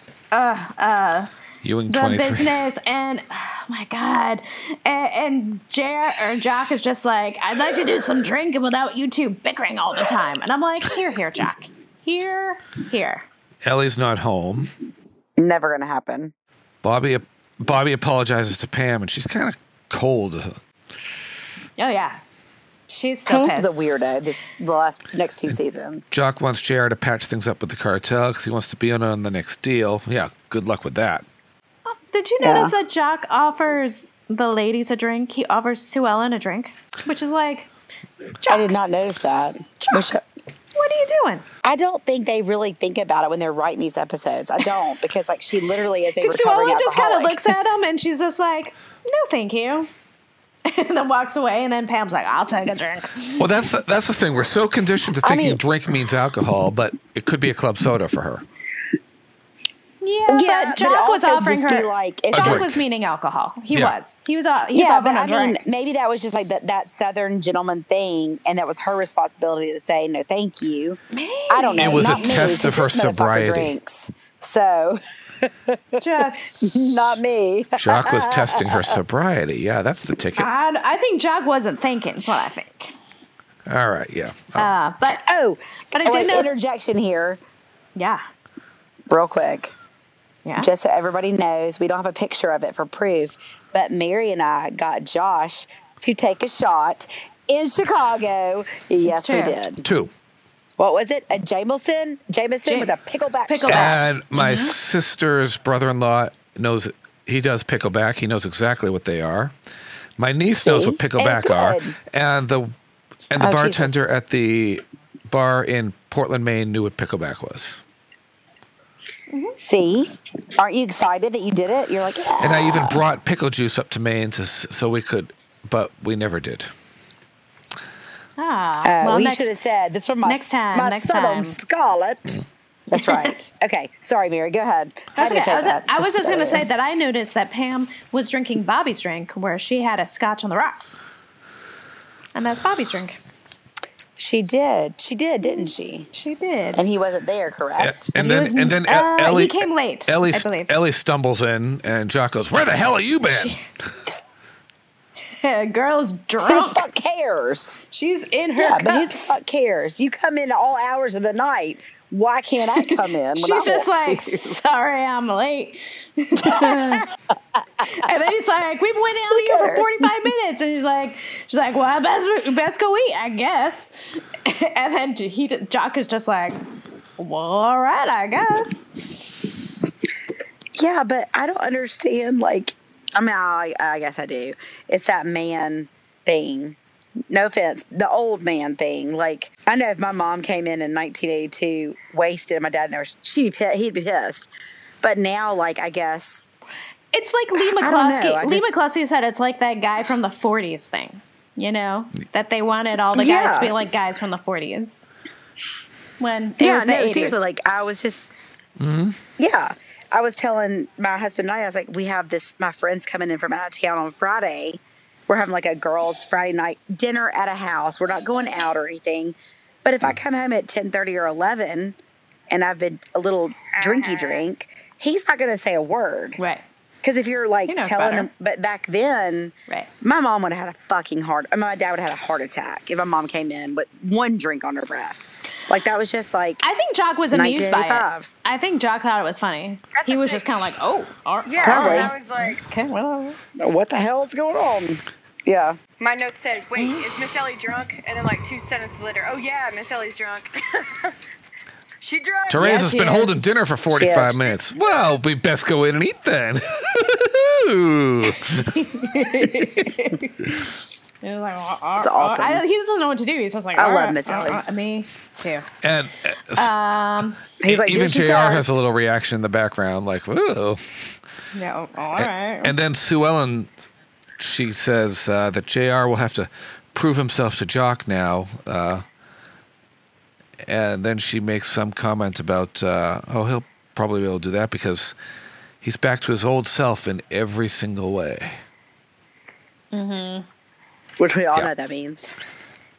Ewing
the
23.
business and oh my god and, and Jer or jock is just like i'd like to do some drinking without you two bickering all the time and i'm like here here jock here here
Ellie's not home.
Never gonna happen.
Bobby Bobby apologizes to Pam, and she's kind of cold.
oh yeah she's still
Pam's
pissed
a weirdo this the last next two seasons.
Jock wants JR to patch things up with the cartel because he wants to be in on the next deal. Yeah, good luck with that.
did you notice that jock offers the ladies a drink he offers sue ellen a drink which is like
I did not notice that. Wish I-
what are you doing
I don't think they really think about it when they're writing these episodes. I don't because like she literally is a
because sue
recovering
ellen just kind of
alcoholic.
looks at him and she's just like no thank you and then walks away and then pam's like i'll take a drink
Well, that's the, that's the thing. We're so conditioned to
I
thinking
mean-
drink means alcohol, but it could be a club soda for her.
Yeah,
Yeah,
but
but
Jock was
also
offering
just be
her.
like-
Like,
it's
Jock
drink.
was meaning alcohol. He
Yeah.
was. He was. Uh, he
Yeah,
was
but
offering
I
a drink.
mean, maybe that was just like that, that Southern gentleman thing, and that was her responsibility to say no, thank you. I don't know.
It was a
not me,
test of
'cause this
her
motherfucker
sobriety.
Drinks, so
Just.
not me.
Jock was testing her sobriety. Yeah, that's the ticket.
I, I think Jock wasn't thinking. Is what I think.
All right, yeah. Oh,
Uh, but
Oh,
But I
oh,
did
an
know-
interjection here,
yeah,
real quick. Yeah. Just so everybody knows, we don't have a picture of it for proof, but Mary and I got Josh to take a shot in Chicago. Yes, we
true.
did.
Two.
What was it? A Jameson? Jameson with a pickleback. shot.
And my
Mm-hmm.
sister's brother-in-law knows he does pickleback. He knows exactly what they are. My niece knows what
See? And it's
pickleback are,
good.
and the and the
Oh, Jesus.
bartender at the bar in Portland, Maine, knew what pickleback was.
See, aren't you excited that you did it? You're like, yeah.
And I
Ah.
even brought pickle juice up to Maine to, s- so we could, but we never did.
Ah,
Uh,
well,
we
next,
should have said this from my
next time,
My
next
Southern
time.
Scarlet. That's right. okay, sorry, Mary. Go ahead.
That's
I had to
okay.
say
I was,
that
I was just going to say
earlier.
that I noticed that Pam was drinking Bobby's drink where she had a scotch on the rocks. And that's Bobby's drink.
she did. She did, didn't she?
She did.
And he wasn't there, correct?
And then,
was-
and then E-
uh, he
Ellie
came late,
Ellie,
I
st-
believe.
Ellie stumbles in, and Jock goes, "Where the hell have you been?"
Girl's
Who the
drunk.
fuck cares?
She's in her
Yeah, but who the
cups.
fuck cares? You come in at all hours of the night. Why can't I come in? when I
She's just
want
like,
to?
sorry, I'm late. and then he's like, we've been waiting on you for 45 minutes. And he's like, she's like, well, I best, best go eat, I guess. and then he, Jock is just like, well, all right, I guess.
Yeah, but I don't understand. Like, I mean, I, I guess I do. It's that man thing. No offense, the old man thing. Like, I know if my mom came in in 1982 wasted, and my dad never, she'd be pissed, he'd be pissed. But now, like, I guess
It's like Lee
I don't know,
McCloskey.
I
Lee
just-
McCloskey said it's like that guy from the 40s thing, you know, that they wanted all the guys
Yeah.
to be like guys from the 40s. When it
yeah,
was the
no,
80s.
seriously, like I was just, yeah, I was telling my husband and I, I was like, we have this, my friend's coming in from out of town on Friday. We're having like a girls' Friday night dinner at a house. We're not going out or anything. But if I come home at ten thirty or 11 and I've been a little drinky drink, he's not going to say a word.
Uh-huh. right,
Because if you're like
He knows
telling
better.
him, but back then,
right.
my mom would have had a fucking heart. I mean, my dad would have had a heart attack if my mom came in with one drink on her breath. Like that was just like
I think Jock was amused by it.
1985.
I think Jock thought it was funny.
That's
he
a
was
big-
just kind of like, oh, all right,
Yeah,
Probably.
and I was like,
okay, well,
what the hell's going on? Yeah.
my notes said, "Wait, is Miss Ellie drunk?" And then like two sentences later, "Oh yeah, Miss Ellie's drunk." she drunk.
Teresa's
she
been
is.
holding dinner for 45
is.
minutes. Well, we best go in and eat then.
he was like, "All- all-
It's
all-"
awesome.
I, he doesn't know what to do. He's just like,
I
all
love
right,
Miss
all
Ellie.
right, me too.
and uh, s- e,
Um,
He's like,
even
"Did she
JR
start?"
has a little reaction in the background, like, whoa.
yeah, oh, all
A-
right.
And then Sue Ellen, she says uh, that JR will have to prove himself to Jock now. Uh, and then she makes some comment about, uh, oh, he'll probably be able to do that because he's back to his old self in every single way.
Which we all
Yeah.
know what that means.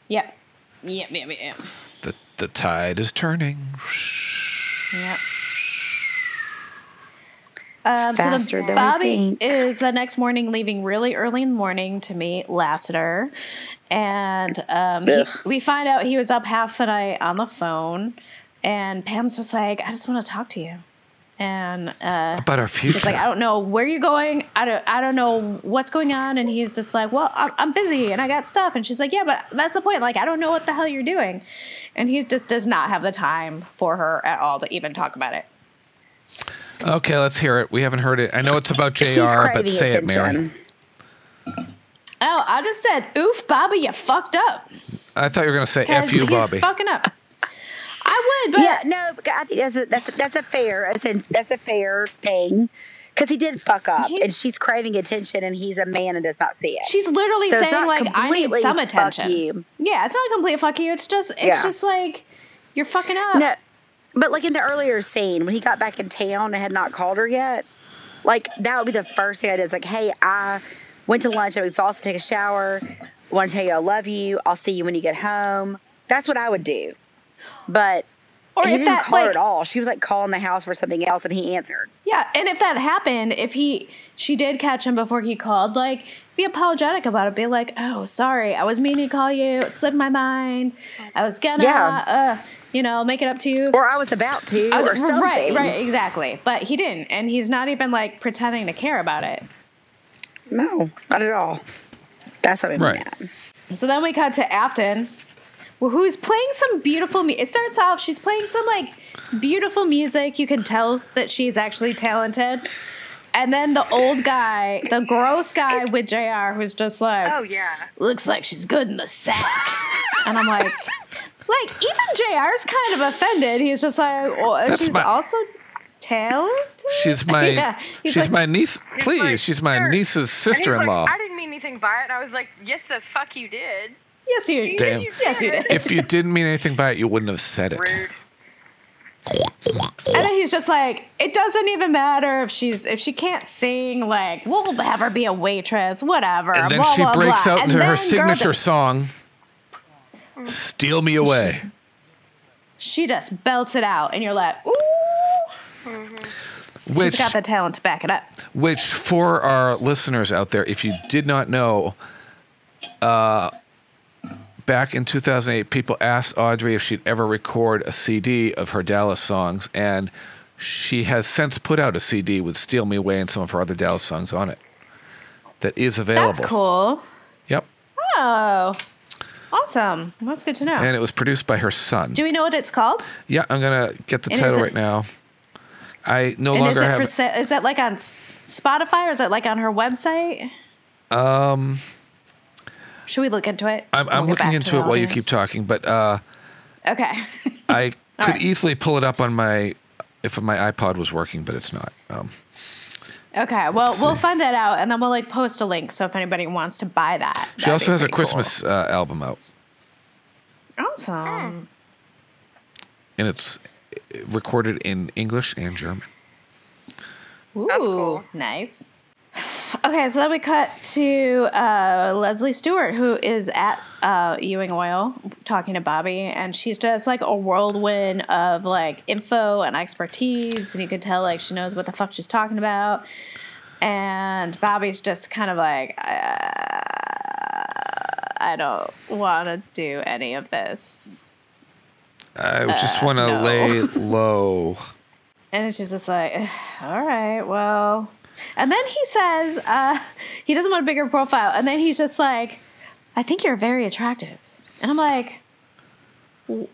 yep. Yep, yep, yep, yep.
The, the tide is turning.
Yep. Um,
Faster
so
than we
the Bobby
think.
is the next morning leaving really early in the morning to meet Lassiter, and um, he-
Ugh.
we find out he was up half the night on the phone, and Pam's just like, "I just want to talk to you," and uh,
About our future.
She's like, I don't know where you're going. I don't, I don't know what's going on. And he's just like, well, I'm, I'm busy and I got stuff. And she's like, yeah, but that's the point. Like, I don't know what the hell you're doing. And he just does not have the time for her at all to even talk about it.
Okay, let's hear it. We haven't heard it. I know it's about JR, but say it, Mary.
Oh, I just said, oof, Bobby, you fucked up.
I thought you were going to say
Because
F you,
he's
Bobby.
fucking up. I would, but
yeah, no, but I think that's a, that's a, that's a fair that's a, that's a fair thing because he did fuck up,
He-
and she's craving attention, and he's a man and does not see it.
she's literally
So it's
saying
not
like, I need
completely
some
fuck
attention.
you.
Yeah, it's not a complete fuck you. It's just, it's
Yeah.
just like, you're fucking up.
No, but like in the earlier scene when he got back in town and had not called her yet, like that would be the first thing I did. It's like, hey, I went to lunch. I'm exhausted. Take a shower. Want to tell you I love you. I'll see you when you get home. That's what I would do. But
Or
he
if
didn't
that,
call her
like-
at all. She was like calling the house for something else, and he answered.
Yeah, and if that happened, if he she did catch him before he called, like be apologetic about it. Be like, "Oh, sorry, I was meaning to call you. It slipped my mind. I was gonna,
Yeah.
uh, you know, make it up to you.
Or I was about to,
I was-
or something.
Right, right, exactly. But he didn't, and he's not even like pretending to care about it.
No, not at all. That's what I mean.
Right.
So then we cut to Afton, wh- who is playing some beautiful music. It starts off, she's playing some like beautiful music. You can tell that she's actually talented. And then the old guy, the gross guy with JR, who's just like,
Oh yeah.
looks like she's good in the sack. and I'm like, like even JR's kind of offended. He's just like, well,
That's
she's
my-
also talented.
She's my
Yeah, he's
she's
like-
my niece.
He's
Please,
like,
she's my
"Sir."
niece's
And he's
sister-in-law.
Like, I didn't mean anything by it. And I was like, yes, the fuck you did.
Yes, you.
Damn.
Yes, you did.
if you didn't mean anything by it, you wouldn't have said it.
Rude.
And then he's just like, it doesn't even matter if she's if she can't sing, like we'll have her be a waitress, whatever.
And then
blah,
she
blah,
breaks
blah.
out
And
into
then,
her
girl,
signature
the-
song, "Steal Me Away."
She just belts it out, and you're like, ooh,
Which,
she's got the talent to back it up.
which for our listeners out there, if you did not know, uh, back in 2008, people asked Audrey if she'd ever record a CD of her Dallas songs, and she has since put out a CD with "Steal Me Away" and some of her other Dallas songs on it. That is available.
That's cool.
Yep,
Oh, awesome. That's good to know.
and it was produced by her son.
Do we know what it's called?
Yeah, I'm gonna get the
And is
title
it-
right now. I no
and is
longer
it
have.
for sa- is it like on S- Spotify or is it like on her website?
um,
Should we look into it?
I'm,
We'll
I'm
get
looking
back to
into it
all
while you
this.
keep talking, but uh,
Okay.
I could
right.
easily pull it up on my if my iPod was working, but it's not. Um,
Okay. Well,
Let's
we'll
see.
find that out, and then we'll like post a link. So if anybody wants to buy that,
she
that'd
also
be
has a
pretty cool.
Christmas uh, album out,
Awesome.
and it's uh, recorded in English and German.
Ooh,
That's cool.
Nice. Okay, so then we cut to uh, Leslie Stewart, who is at uh, Ewing Oil talking to Bobby, and she's just like a whirlwind of like info and expertise, and you can tell like she knows what the fuck she's talking about. And Bobby's just kind of like, "Uh, I don't want to do any of this.
I just want to
Uh, no.
lay low.
And it's just this like, all right, well. And then he says uh, he doesn't want a bigger profile. And then he's just like, I think you're very attractive. And I'm like, "Wh-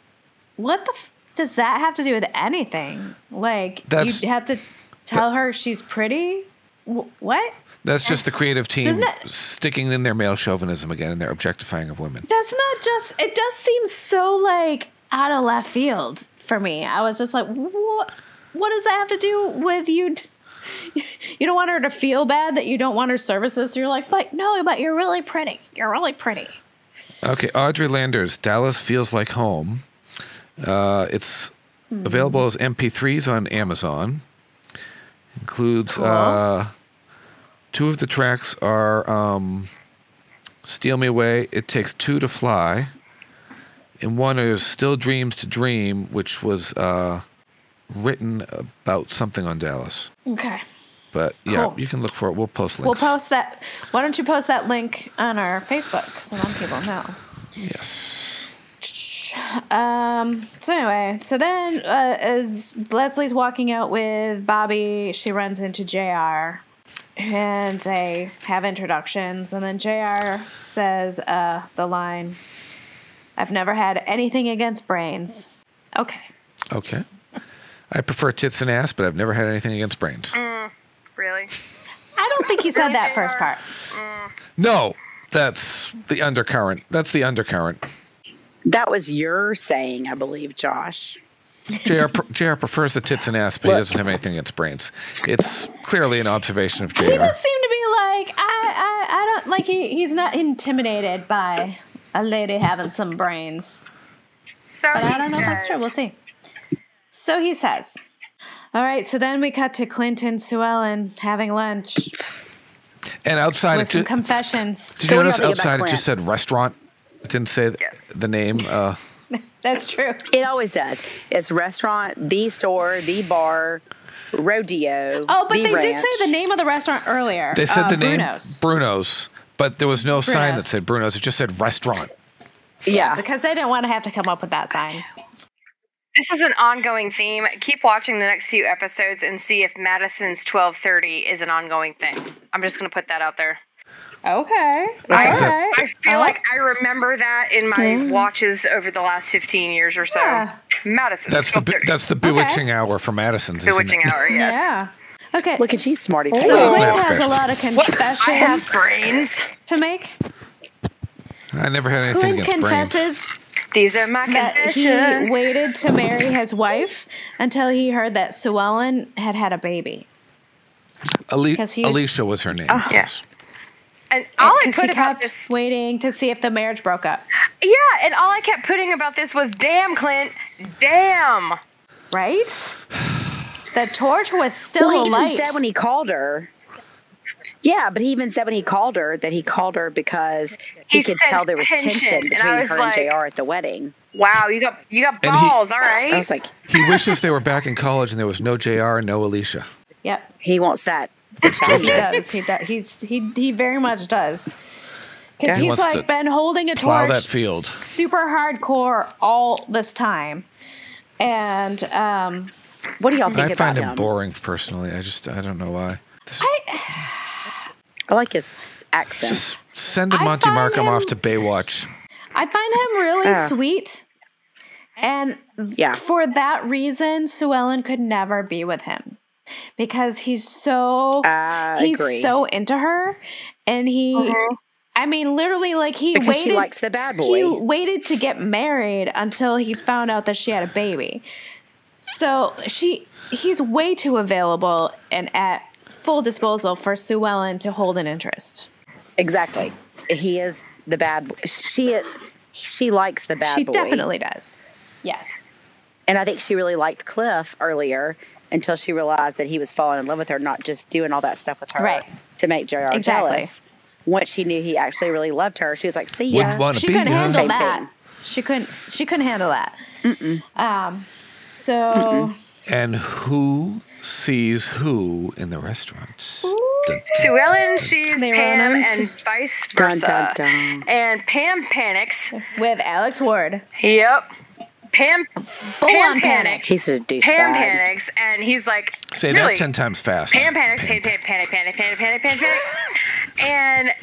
what the f- does that have to do with anything? Like,
That's-
you have to tell her she's pretty? Wh- what?
That's just the creative team
Doesn't it-
sticking in their male chauvinism again and their objectifying of women.
Doesn't that just, it does seem so like out of left field for me. I was just like, what, what does that have to do with you? T- you don't want her to feel bad that you don't want her services. So you're like, but no, but you're really pretty. You're really pretty.
Okay, Audrey Landers, Dallas Feels Like Home. Uh, it's
Hmm.
available as MP3s on Amazon. Includes uh, two of the tracks are um, Steal Me Away, It Takes Two to Fly, and one is Still Dreams to Dream, which was uh, written about something on Dallas.
Okay.
But yeah,
Cool.
you can look for it. We'll post
We'll
links.
post that. Why don't you post that link on our Facebook so then people know?
Yes.
Um, so anyway, so then uh, as Leslie's walking out with Bobby, she runs into JR and they have introductions. And then JR says uh, the line, I've never had anything against brains. Okay.
Okay. I prefer tits and ass, but I've never had anything against brains.
Really?
I don't think he said
Really,
that first
JR?
part.
No, that's the undercurrent. That's the undercurrent.
That was your saying, I believe, Josh.
JR, pre- JR prefers the tits and ass, but he
Look.
doesn't have anything against brains. It's clearly an observation of JR.
He just seemed to be like, I, I, I don't, like, he, he's not intimidated by a lady having some brains.
So
But
he
I don't know if that's true.
says-
We'll see. So he says. All right, so then we cut to Clinton, Sue Ellen having lunch
And outside, it
with some
just,
confessions.
did
So
you
what do
notice
y'all think about
outside it just said restaurant? It didn't say th-
Yes.
the name. Uh,
That's true.
It always does. It's restaurant, the store, the bar, rodeo.
Oh, but
the
they did
ranch.
say the name of the restaurant earlier.
they said
Uh,
the name
Bruno's.
Bruno's, but there was no sign that
Bruno's.
said Bruno's. It just said restaurant.
Yeah.
because they didn't want to have to come up with that sign.
This is an ongoing theme. Keep watching the next few episodes and see if Madison's 1230 is an ongoing thing. I'm just going to put that out there.
Okay.
I,
All right.
I feel like I remember that in my watches over the last 15 years or so. Madison.
That's the be- that's the bewitching hour for Madison's. isn't it?
Bewitching hour, yes.
Yeah. Okay.
Look at you, smarty.
So
pants.
Liz
That's
has
special.
a lot of confessions.
I have brains.
to make.
I never had anything
Clint
against brains.
confesses
These are my
that
confessions.
he waited to marry his wife until he heard that Sue Ellen had had a baby.
Ali-
'cause he was-
Alicia was her name.
Ah.
Yeah.
Yes.
And all I
Because
put
he
about
kept
this,
waiting to see if the marriage broke up.
yeah, and all I kept putting about this was, damn, Clint, damn.
Right? The torch was still
well, he
alight.
even said when he called her. Yeah, but he even said when he called her that he called her because he,
He
could
sensed
tell there was tension,
tension, and I
between
was
her
like-
and Jr. at the wedding.
Wow, you got you got
And he-
balls, all
I
right.
was like,
He wishes they were back in college and there was no JR and no Alicia.
yep.
he wants that.
He does. He does. He's, he, he very much does. Because
He
he's
wants to
like been holding a
plow
torch
that field.
super hardcore all this time. And um,
What do y'all think
I
about
find
him?
him, boring personally. I just I don't know why.
I like his accent.
Just send a
I
Monty
find
Markham
him-
off to Baywatch.
I find him really
Yeah.
sweet. And
Yeah.
for that reason, Sue Ellen could never be with him because he's so
I
he's
Ah, agree. Mm-hmm.
so into her and he I mean literally like he
because
waited
she likes the bad boy.
he waited to get married until he found out that she had a baby. So she he's way too available and at full disposal for Sue Ellen to hold an interest.
exactly. He is the bad. boy. She she likes the bad
she
boy.
definitely does. Yes.
And I think she really liked Cliff earlier until she realized that he was falling in love with her, not just doing all that stuff with her
Right.
to make JR
Exactly.
jealous. Once she knew he actually really loved her, she was like, "See
Wouldn't
ya."
want to
she
be
couldn't
ya.
handle
Same
that.
thing.
She couldn't. She couldn't handle that. Um. So
And who sees who in the restaurant? Dun, dun,
Sue Ellen
dun,
sees
They run
Pam
into-
and vice
Dun,
versa.
dun, dun.
And Pam panics.
with Alex Ward,
Yep. Pam
full
Pam
on panic.
panics.
He's a douchebag.
Pam panics and he's like
dun. Say
really,
that ten times fast.
Pam panics, panic, panic, panic, panic, panic, panic, panic, panic. and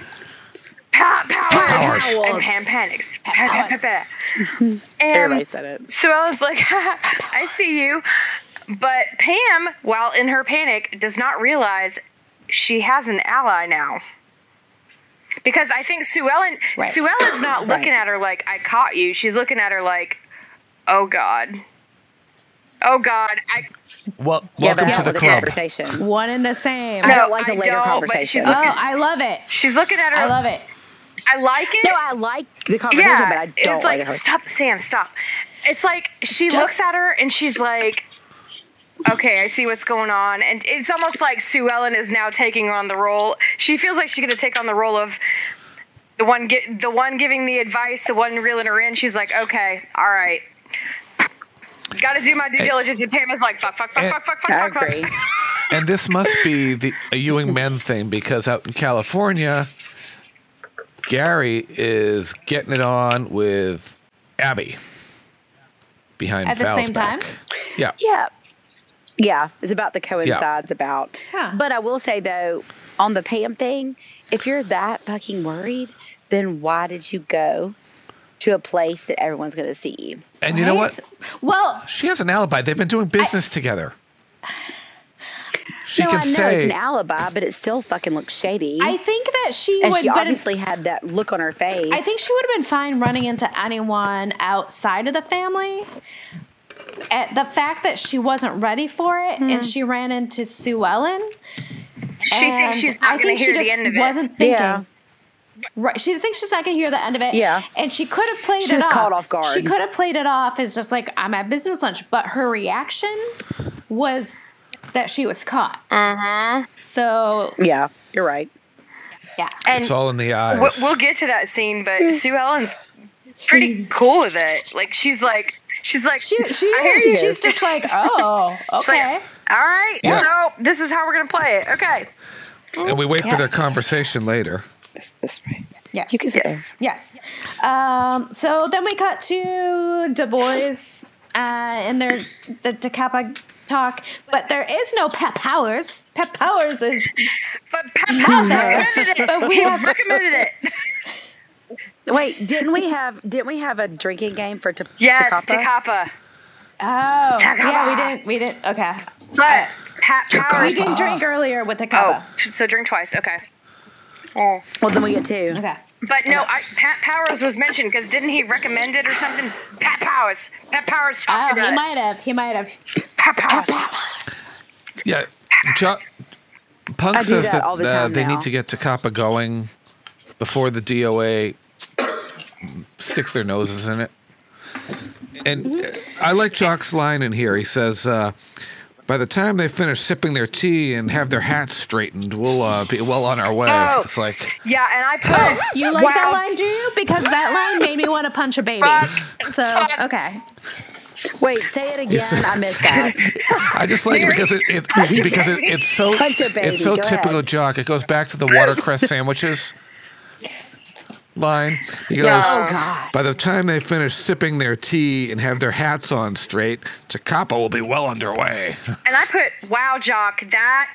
pa- powers,
Powers.
and Pam panics. Pa- pa- pa- pa-
Everybody
and
said it.
So Ellen's like, I see you. But Pam, while in her panic, does not realize she has an ally now. Because I think Sue Ellen,
Right.
Sue Ellen's not looking at her like, I caught you. She's looking at her like, oh God. Oh God. I,
Well,
Yeah,
welcome
that
to
was
the
a
club.
Conversation.
One and the same.
I
Oh,
No,
don't like the
I
later
don't, but
conversation.
she's
I
looking-
I love it.
she's looking at her.
I love it.
I like it.
No, I like the conversation, but I don't
it's like,
like, the
stop, Sam,
conversation.
stop. It's like she
Just-
looks at her and she's like, okay, I see what's going on. And it's almost like Sue Ellen is now taking on the role. She feels like she's going to take on the role of the one, gi- the one giving the advice, the one reeling her in. She's like, okay, all right. Got to do my due diligence. And Pam is like, fuck, fuck, fuck,
Eh,
fuck, fuck,
I
fuck, fuck,
agree.
fuck.
And this must be the a Ewing men thing because out in California, Gary is getting it on with Abby behind
At the
Val's
same
back.
time?
Yeah.
Yeah. Yeah. It's about the coincides about.
Huh.
But I will say though, on the Pam thing, if you're that fucking worried, then why did you go to a place that everyone's gonna see you?
And you know
Right?
what?
Well,
She has an alibi. They've been doing business together. She
no,
can
I know it's
say
an alibi, but it still fucking looks shady.
I think that she
and
would.
she
but
obviously had that look on her face.
I think she would have been fine running into anyone outside of the family. At the fact that she wasn't ready for it and she ran into Sue Ellen.
Hmm. She thinks
And
she's not
I
going
think
to
she
hear the
just
end of it.
Wasn't thinking.
Yeah.
Right. She thinks she's not going to hear the end of it.
Yeah.
And she could have played
She
it
was
off.
caught off guard.
She could have played it off as just like I'm at business lunch, but her reaction was that she was caught. Uh
Uh-huh.
huh. So oh,
Yeah, you're right.
yeah.
And
it's all in the eyes.
We'll, we'll get to that scene, but Sue Ellen's pretty cool with it. Like she's like she's like
She, she
I hear you.
she's just like, oh,
She's like,
okay.
all right.
Yeah.
So this is how we're gonna play it. Okay.
and we wait
Yeah.
for their conversation later.
This this way.
yes.
You can sit
Yes.
Yes. Um, so then we cut to Du Bois
and uh, their the Da Kappa talk, but there is no Pep Powers. Pep Powers is.
But Pep Powers recommended it.
But we have
recommended it.
Wait, didn't we have didn't we have a drinking game for t-
Yes,
Tecapa?
Takapa.
Uh, Oh,
Takapa.
yeah, we didn't. We didn't. Okay,
But Pat
we
Powers.
didn't drink earlier with the
Oh,
Kappa.
t- so drink twice. Okay. Oh.
Well, then we get two.
Okay.
But no, I, Pat Powers was mentioned because didn't he recommend it or something? Pat Powers. Pat Powers
Oh,
talked
he
about
might have. He might have.
it. Pat Powers.
Yeah. Jo- Punk
I do
says
that
that,
all the
uh,
time
they
now.
need to get Takapa going before the DOA sticks their noses in it. And
Mm-hmm.
uh, I like Jock's line in here. He says, uh, by the time they finish sipping their tea and have their hats straightened, we'll uh, be well on our way.
Oh.
It's like,
Yeah, and I put.
You like that
Wow.
line, do you? Because that line made me want to punch a baby.
Fuck.
So
Fuck.
okay.
Wait, say it again. I missed that.
I just like it
Mary,
because it, it because it, it's so
Punch a baby,
it's so
go
typical
ahead.
Jock. It goes back to the watercress sandwiches line. He
Oh,
goes. By the time they finish sipping their tea and have their hats on straight, Takapa will be well underway.
And I put, wow, Jock, that.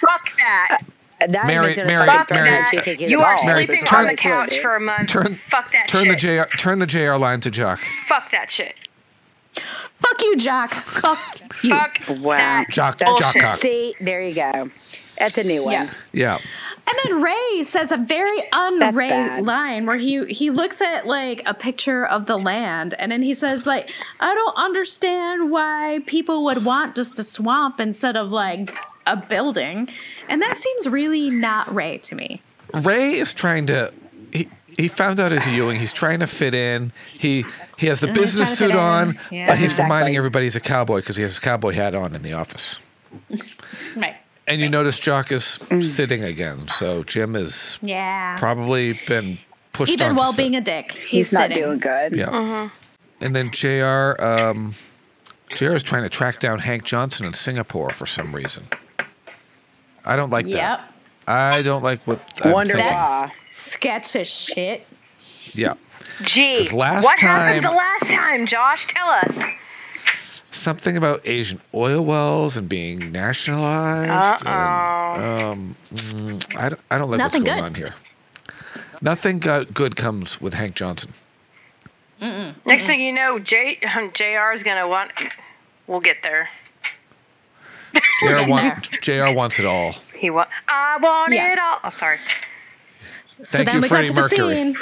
Fuck that.
That
Mary-
means in a
Mary-
fucking
Fuck
throw
Uh, Mary,
that she
that.
could get
You are
balls.
Mary,
sleeping
turn-
on the couch for a month.
Turn
Fuck that
turn
shit.
the JR turn the JR line to Jock.
Fuck that shit.
Fuck you, Jock. Fuck you.
Fuck
Wow.
that.
Jock
That's
Jock
bullshit.
cock.
See, there you go. That's a new one.
Yeah.
Yeah.
And then Ray says a very un-Ray
bad.
line where he he looks at like a picture of the land and then he says like I don't understand why people would want just a swamp instead of like a building. And that seems really not Ray to me.
Ray is trying to. He, he found out his Ewing. He's trying to fit in. He he has the
he's
business
trying to
suit
fit
on,
in. Yeah.
but he's
Exactly.
reminding everybody he's a cowboy because he has his cowboy hat on in the office.
Right.
And you notice Jock is sitting again. So Jim has
Yeah.
probably been pushed
Even
onto
while
sit.
being Uh-huh. a dick, he's,
He's, not
sitting.
doing good.
Yeah. And then JR, um, JR is trying to track down Hank Johnson in Singapore for some reason. I don't like
Yep.
that. I don't like what. I'm
Wonder
thinking.
why.
That's sketch as shit.
Yeah.
Gee,
'Cause last
what happened
time-
the last time, Josh? Tell us.
Something about Asian oil wells and being nationalized. And, um, mm, I, don't, I don't like
Nothing
what's going
good.
on here. Nothing go- good comes with Hank Johnson.
Next thing you know, J, JR is going to want. We'll get there.
JR,
getting
want, JR wants it all.
He wa- I want
Yeah.
it all. Oh, sorry.
so
Thank
then
you,
we
Freddie
got to
Mercury.
the scene.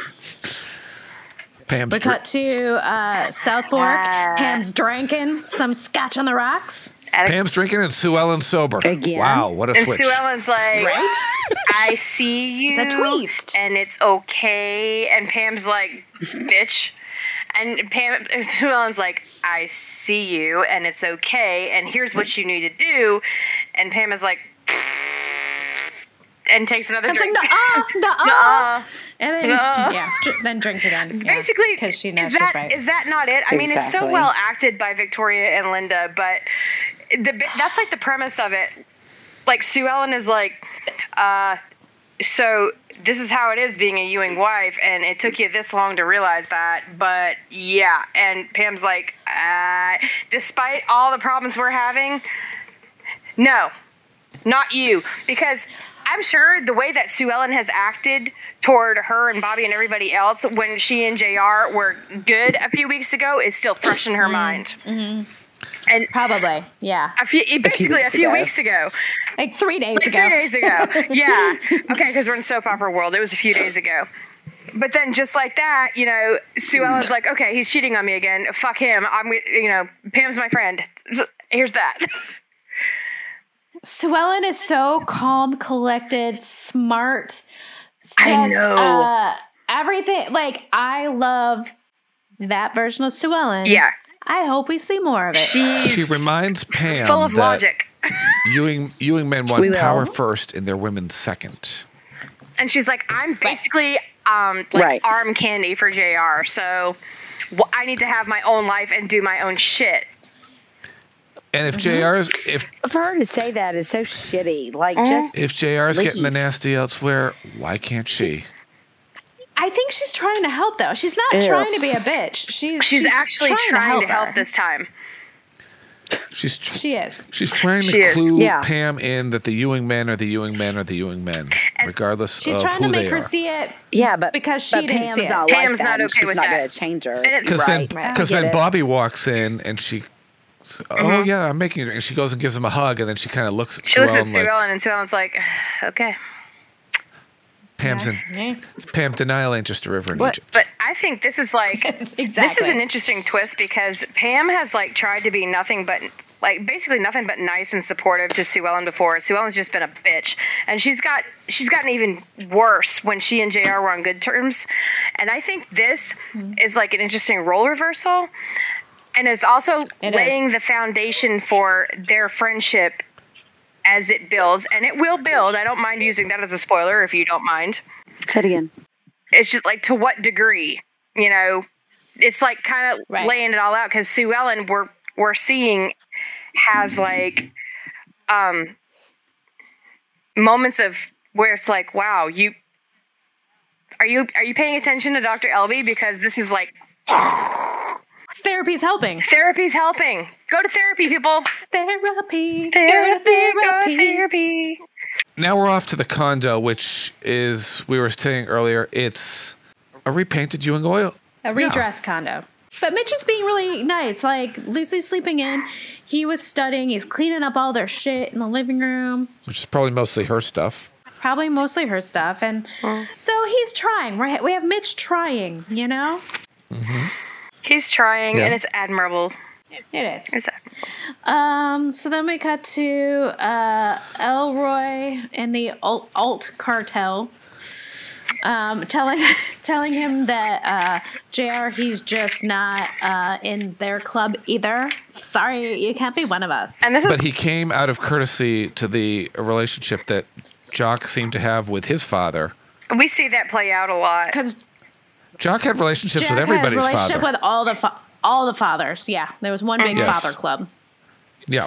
Pam's
We
dri-
cut to uh, South Fork.
Ah.
Pam's drinking some scotch on the rocks.
Pam's drinking and Sue Ellen's sober.
Again?
Wow, what a
And
switch.
Sue Ellen's like,
Right?
I see you.
It's a twist.
And it's okay. And Pam's like, bitch. And Pam, and Sue Ellen's like, I see you. And it's okay. And here's what you need to do. And Pam is like, and takes another
It's like,
drink.
no, ah, no, ah.
Nuh-uh.
And then,
No.
yeah, dr- then drinks again. Yeah,
Basically,
because she knows
is
she's
that
right.
is that not it? I mean, it's so
Exactly.
well acted by Victoria and Linda, but the bi- that's like the premise of it. Like Sue Ellen is like, uh, so this is how it is being a Ewing wife, and it took you this long to realize that. But yeah, and Pam's like, uh, despite all the problems we're having, no, not you because i'm sure the way that sue ellen has acted toward her and bobby and everybody else when she and jr were good a few weeks ago is still fresh in her mind and
Probably, yeah.
Mm-hmm. a few, basically a
weeks
few
ago.
weeks ago
Like three days ago.
three days ago yeah okay because we're in soap opera world it was a few days ago but then just like that you know sue ellen's like okay he's cheating on me again fuck him i'm you know pam's my friend here's that
Sue Ellen is so calm, collected, smart.
I know.
Uh, everything, like, I love that version of Sue Ellen.
yeah
I hope we see more of it.
she
she's
reminds Pam
full of
that
logic
Ewing, Ewing men want
We will.
power first and their women second.
and she's like, I'm basically um, like
Right.
arm candy for Jr. So wh- I need to have my own life and do my own shit.
And
Mm-hmm.
if JR's if
For her to say that is so shitty. Like, just
if JR's getting the
Leave.
nasty elsewhere, why can't she?
I think she's trying to help though. She's not
Ew.
trying to be a bitch. She's
She's actually trying to help
her.
this time.
She's tr-
She is.
she's trying to
She is.
clue
Yeah.
Pam in that the Ewing men are the Ewing men are the Ewing men, regardless
She's
of
trying
who
to make
they
her
are.
see it.
Yeah, but
because she
but
didn't
Pam's
see it.
not like Pam's that, not and okay she's with not that. gonna change her. And it's
Because then,
Right, right.
because
I get
then
it.
Bobby walks in and she, s- oh
Mm-hmm.
Mhm.
yeah, I'm making it. And she goes and gives him a hug, and then she kind of looks. at
She looks at
Sue
Sue
Ellen, like,
Ellen, and Sue Ellen's like, okay.
Pam's in, Pam denial ain't just a river in
But-
Egypt.
But I think this is like this is an interesting twist because Pam has like tried to be nothing but like basically nothing but nice and supportive to Sue Ellen before. Sue Ellen's just been a bitch, and she's got she's gotten even worse when she and Jr. were on good terms. And I think this is like an interesting role reversal, and it's also
It
laying
is.
the foundation for their friendship as it builds, and it will build. I don't mind using that as a spoiler if you don't mind
Say it again.
it's just like to what degree you know it's like kind of laying it all out because sue ellen we're we're seeing has like um moments of where it's like wow you are you are you paying attention to dr elby because this is like
Therapy's helping.
Therapy's helping. Go to therapy, people.
Therapy.
Therapy.
Therapy.
Therapy.
Now we're off to the condo, which is we were saying earlier. It's a repainted Ewing oil.
A redress condo. But Mitch is being really nice. Like Lucy's sleeping in. He was studying. He's cleaning up all their shit in the living room.
which is probably mostly her stuff.
Probably mostly her stuff. And so he's trying. Right? We have Mitch trying. You know.
He's trying,
Yeah.
and it's admirable.
It is.
It's
Um, so then we cut to uh, Elroy and the alt, alt cartel um, telling telling him that uh, Jr. He's just not uh, in their club either. Sorry, you can't be one of us.
And
but he came out of courtesy to the relationship that Jock seemed to have with his father.
we see that play out a lot.
Because
Jock had relationships
Jack
with everybody's
had a relationship
father.
with all the fa- all the fathers. Yeah, there was one big
Mhm. Yes.
father club.
yeah.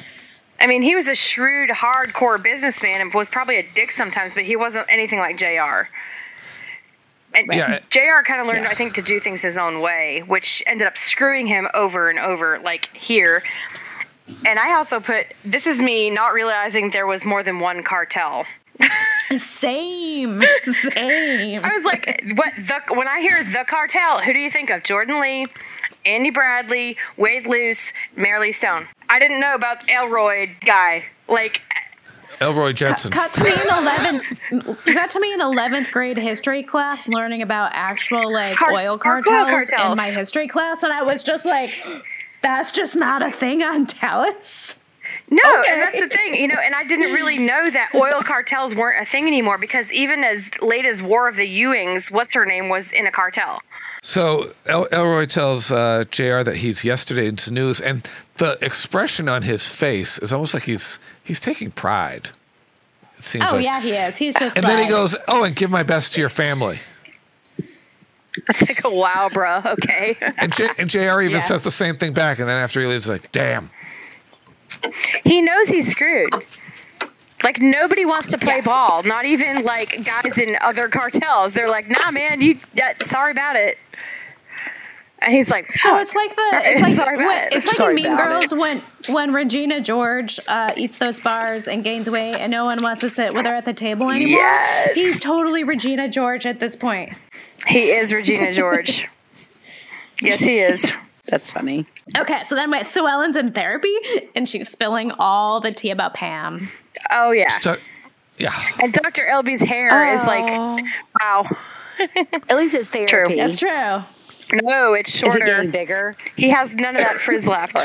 I mean, he was a shrewd, hardcore businessman and was probably a dick sometimes, but he wasn't anything like JR. And
Yeah.
JR kind of learned, I think, to do things his own way, which ended up screwing him over and over, like here. And I also put this is me not realizing there was more than one cartel.
Same, same.
I was like, what the? When I hear the cartel, who do you think of? Jordan Lee, Andy Bradley, Wade Luce, Marilee Stone. I didn't know about Elroy guy. Like,
Elroy Jetson.
Cut to me in eleventh. cut to me in eleventh grade history class, learning about actual like
Car-
oil
car- oil
cartels, in
cartels.
my history class, and I was just like, "That's just not a thing on Dallas."
No, and that's the thing, you know, and I didn't really know that oil cartels weren't a thing anymore because even as late as War of the Ewings, what's her name was in a cartel.
So El- Elroy tells uh, JR that he's yesterday's news, and the expression on his face is almost like he's he's taking pride. It seems
oh
like.
yeah, he is. He's just.
And then he
like-
goes, "Oh, and give my best to your family."
It's like a wow, bro. Okay.
And, J- and JR even
Yeah.
says the same thing back. And then after he leaves, he's like, "Damn."
He knows he's screwed. Like nobody wants to play ball, not even like guys in other cartels. They're like, "Nah, man, you yeah, sorry about it." And he's like,
So it's like the it's like
Sorry about
what-
it.
it's like
Sorry
in Mean
about
Girls when when Regina George uh, eats those bars and gains weight, and no one wants to sit with her at the table anymore.
Yes.
he's totally Regina George at this point.
He is Regina George. yes, he is.
That's funny.
Okay, so then wait, Sue Ellen's in therapy and she's spilling all the tea about Pam.
Oh yeah.
yeah.
And Dr. Elby's hair is like,
Oh.
wow.
At least it's therapy.
That's true.
No, it's
Is it
shorter.
getting bigger?
He has none of that frizz left.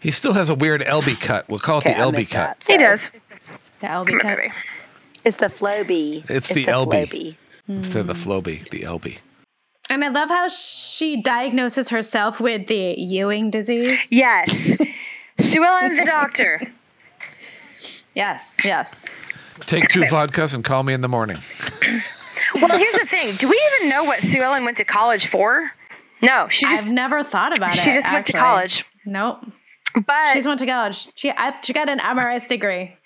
He still has a weird LB cut. We'll call it the
Okay, I
LB
missed
cut.
that, so-
He does.
The LB cut.
It's the Floby.
It's the LB. Instead of the Floby, the LB.
And I love how she diagnoses herself with the Ewing disease.
Yes. Sue Ellen, the doctor.
Yes, yes.
Take two vodkas and call me in the morning.
Well, here's the thing. Do we even know what Sue Ellen went to college for? No, she just.
I've never thought about it.
She just went to college.
Nope.
But
she just went to college. She I, she got an MRS degree.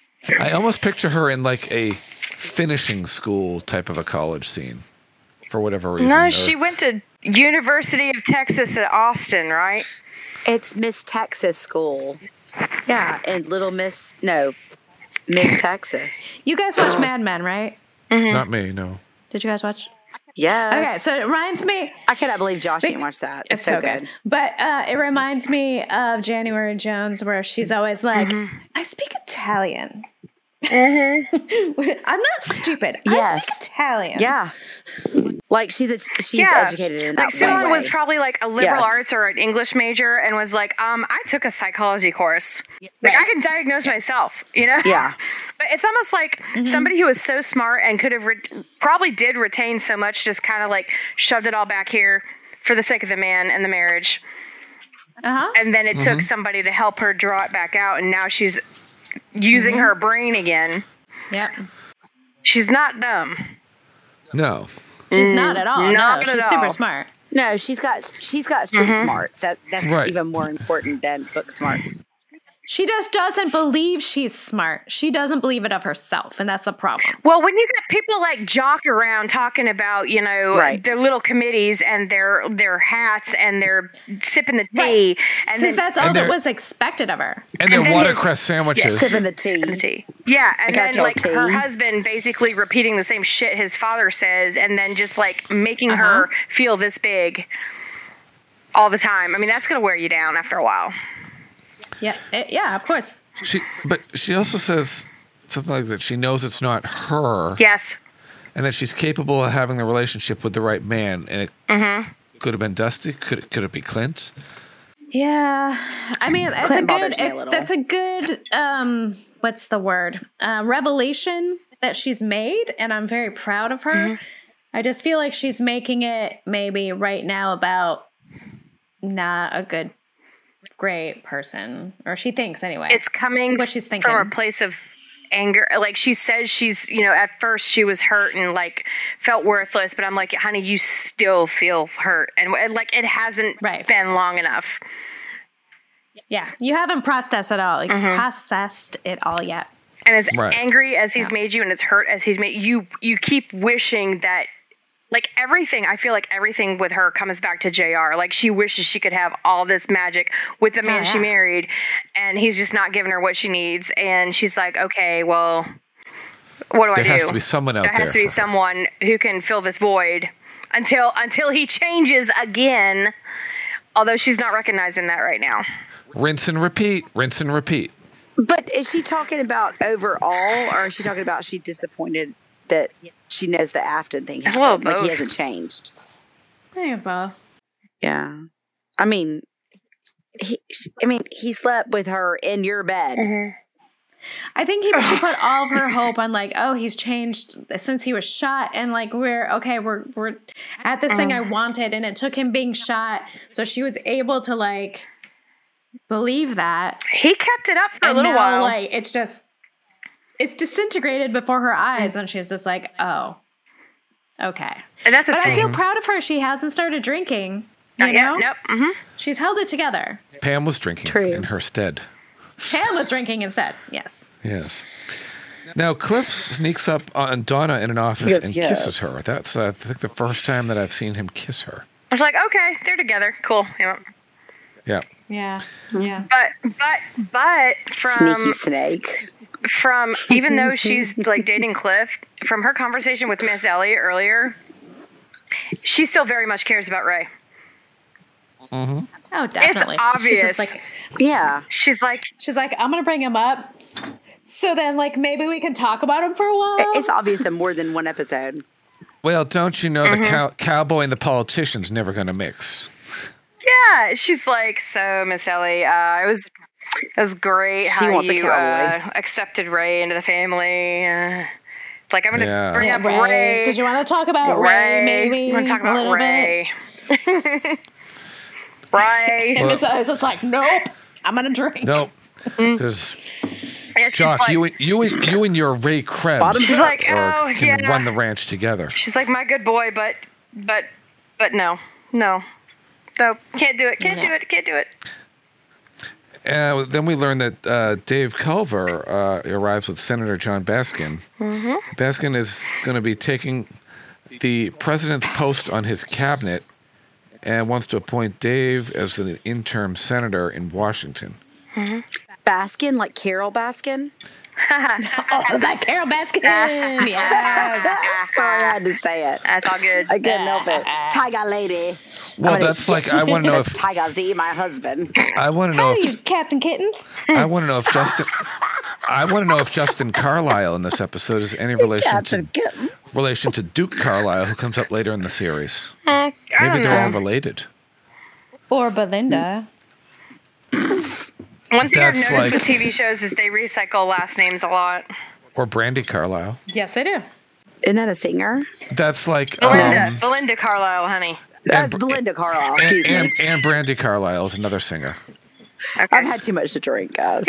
I almost picture her in like a finishing school type of a college scene for whatever reason.
No,
or-
she went to University of Texas at Austin, right?
It's Miss Texas School. Yeah, and Little Miss, no, Miss Texas.
You guys watch Mad Men, right?
Not me, no.
Did you guys watch?
Yes.
Okay, so it reminds me.
I cannot believe Josh didn't watch that. It's, so good.
But uh, it reminds me of January Jones, where she's always like,
Mm-hmm.
"I speak Italian. I'm not stupid. I
Mm-hmm. Yes.
speak Italian."
Yeah. Like she's a, she's
yeah.
educated in
like
that
Sue
way.
was probably like a liberal
Yes.
arts or an English major and was like, um, I took a psychology course. Like I can diagnose myself, you know?
Yeah.
But it's almost like
Mm-hmm.
somebody who was so smart and could have re- probably did retain so much, just kind of like shoved it all back here for the sake of the man and the marriage.
Uh-huh.
And then it took somebody to help her draw it back out, and now she's
Mm-hmm.
using her brain again.
Yep.
She's not dumb.
No.
She's not at all.
Mm, Not
no,
at
she's super
all.
smart.
No, she's got she's got street smarts. That that's
Right.
even more important than book smarts.
She just doesn't believe she's smart. She doesn't believe it of herself, and that's the problem.
Well, when you got people like jock around talking about, you know,
Right.
their little committees and their their hats and their sipping the tea and
Because
then
that's all
And
that
they're-
was expected of her.
And their
then
watercress sandwiches.
Sipping the tea.
the tea. Yeah, and
got
then
your
like
tea.
her husband basically repeating the same shit his father says and then just like making her feel this big all the time. I mean, that's going to wear you down after a while.
Yeah, eh, yeah, of course.
She, but she also says something like that. She knows it's not her,
Yes.
and that she's capable of having the relationship with the right man. And it
Mm-hmm.
could have been Dusty. Could it, could it be Clint?
Yeah, I mean that's
Clint
a good
bothers me a
it-
little.
that's a good um what's the word uh, revelation that she's made, and I'm very proud of her.
Mm-hmm.
I just feel like she's making it maybe right now about not a good, great person, or she thinks anyway.
It's coming
What she's thinking.
from a place of anger. Like she says she's, you know, at first she was hurt and like felt worthless, but I'm like, honey, you still feel hurt. And, and, like it hasn't
Right.
been long enough.
yeah, you haven't processed it all. You
Mm-hmm.
processed it all yet.
And as
Right.
angry as he's made you and as hurt as he's made you, you keep wishing that like everything, I feel like everything with her comes back to JR. Like she wishes she could have all this magic with the man she
Oh, yeah.
married, and he's just not giving her what she needs. And she's like, okay, well, what do I
There
do?
has to be someone out
there
there
has to be
for her.
someone who can fill this void until until he changes again. Although she's not recognizing that right now.
Rinse and repeat. Rinse and repeat.
But is she talking about overall or is she talking about she disappointed that she knows the Afton thing happened?
Well,
like he
both.
hasn't changed.
I think it's both.
Yeah. I mean he, she- I mean, he slept with her in your bed.
Mm-hmm.
I think he, she put all of her hope on like, oh, he's changed since he was shot, and like we're okay, we're we're at this thing I wanted, and it took him being shot, so she was able to like believe that.
He kept it up for a
And
little
now,
while.
like it's just it's disintegrated before her eyes, and she's just like, oh, okay.
and that's the
But
thing.
I feel proud of her. She hasn't started drinking. You
Not yet.
know,
Nope. hmm
she's held it together.
Pam was drinking
True.
in her stead.
Pam was drinking instead. Yes.
Yes. Now Cliff sneaks up on Donna in an office
Yes,
and
yes.
kisses her. That's uh, I think the first time that I've seen him kiss her.
I was like, okay, they're together. Cool. Yeah.
Yeah.
Yeah. Yeah.
But but but
Sneaky
from
snake.
from even though she's like dating Cliff, from her conversation with Miss Ellie earlier, she still very much cares about Ray.
Mm-hmm.
Oh, definitely. She's
obvious.
just like,
Yeah.
She's like,
She's like, I'm gonna bring him up, s- so then like maybe we can talk about him for a while.
It's obvious in more than one episode.
Well, don't you know
Mm-hmm.
the cow- cowboy and the politician's never going to mix?
yeah. She's like, so Miss Ellie, uh, it was it was great how
wants a
you
cowboy.
uh, accepted Ray into the family. Uh, like I'm gonna
Yeah.
bring
Yeah,
up
Ray.
Ray.
Did you want to talk about Ray? maybe
I'm gonna talk
a
about
little bit.
Ray. Ray.
And
Well-
Miss Ella's just like, nope, I'm gonna drink.
Nope.
Mm-hmm.
Because
Yeah, she's
Jock,
like,
you and you and you and your Ray Krebs
Bottoms
She's
up.
like,
are-
oh,
can
yeah.
run the ranch together.
She's like, my good boy, but, but, but no, no, no, can't do it, can't do
No.
it, can't do it.
Uh, then we learn that uh, Dave Culver uh, arrives with Senator John Baskin. Baskin is going to be taking the president's post on his cabinet and wants to appoint Dave as an interim senator in Washington.
Baskin, like Carol Baskin.
oh, that Carol Baskin.
yes. Sorry, I had to say it.
That's all good.
I couldn't help it. Tiger lady.
Well,
I'm gonna
that's like- I wanna know if-
Tiger Z, my husband.
I want to know if
cats and kittens.
I want to know if Justin. I want to know if Justin Carlisle in this episode is any relation
Cats
to
and kittens.
relation to Duke Carlisle, who comes up later in the series.
Uh,
I
Maybe
don't
they're all
know.
related.
Or Belinda.
One thing
That's
I've noticed with
like-
TV shows is they recycle last names a lot.
Or Brandy Carlisle.
Yes, they do.
Isn't that a singer?
That's like
Oh
Belinda,
um,
Belinda Carlisle, honey.
That's Belinda Carlisle.
and,
Excuse me.
and, and Brandy Carlisle is another singer.
Um,
I've had too much to drink, guys.
But,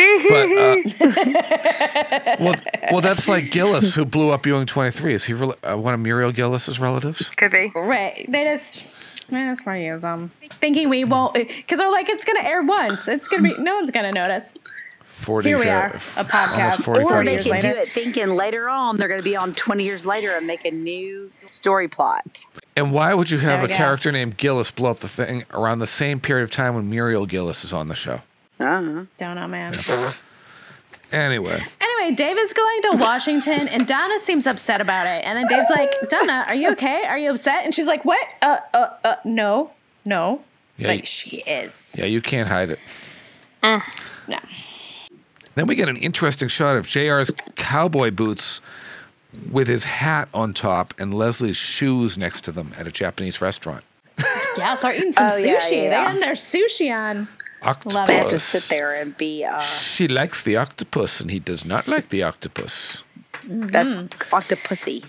uh, Well, well, that's like Gillis, who blew up Ewing 23. Is he rel uh, one of Muriel Gillis's relatives?
Could be.
Right. They just. eh, That's why is um thinking we won't because they're like it's gonna air once it's gonna be no one's gonna notice
40
Here we
uh,
are, a podcast.
Almost 45
or they
years
can
later.
do it thinking later on they're going to be on 20 years later and make a new story plot.
And why would you
There
have a
we go.
character named Gillis blow up the thing around the same period of time when Muriel Gillis is on the show?
Uh-huh.
don't know man
Anyway,
Anyway, Dave is going to Washington, and Donna seems upset about it. And then Dave's like, "Donna, are you okay? Are you upset?" And she's like, "What? Uh, uh, uh, no, no."
Yeah,
like
you-
she is.
yeah, you can't hide it.
No.
Then we get an interesting shot of JR's cowboy boots with his hat on top and Leslie's shoes next to them at a Japanese restaurant.
Yeah, start eating some
Oh, yeah,
sushi.
yeah, yeah.
They had their sushi on.
Octopus.
Love it.
Have to sit there and be. Uh,
She likes the octopus and he does not like the octopus.
That's octopussy.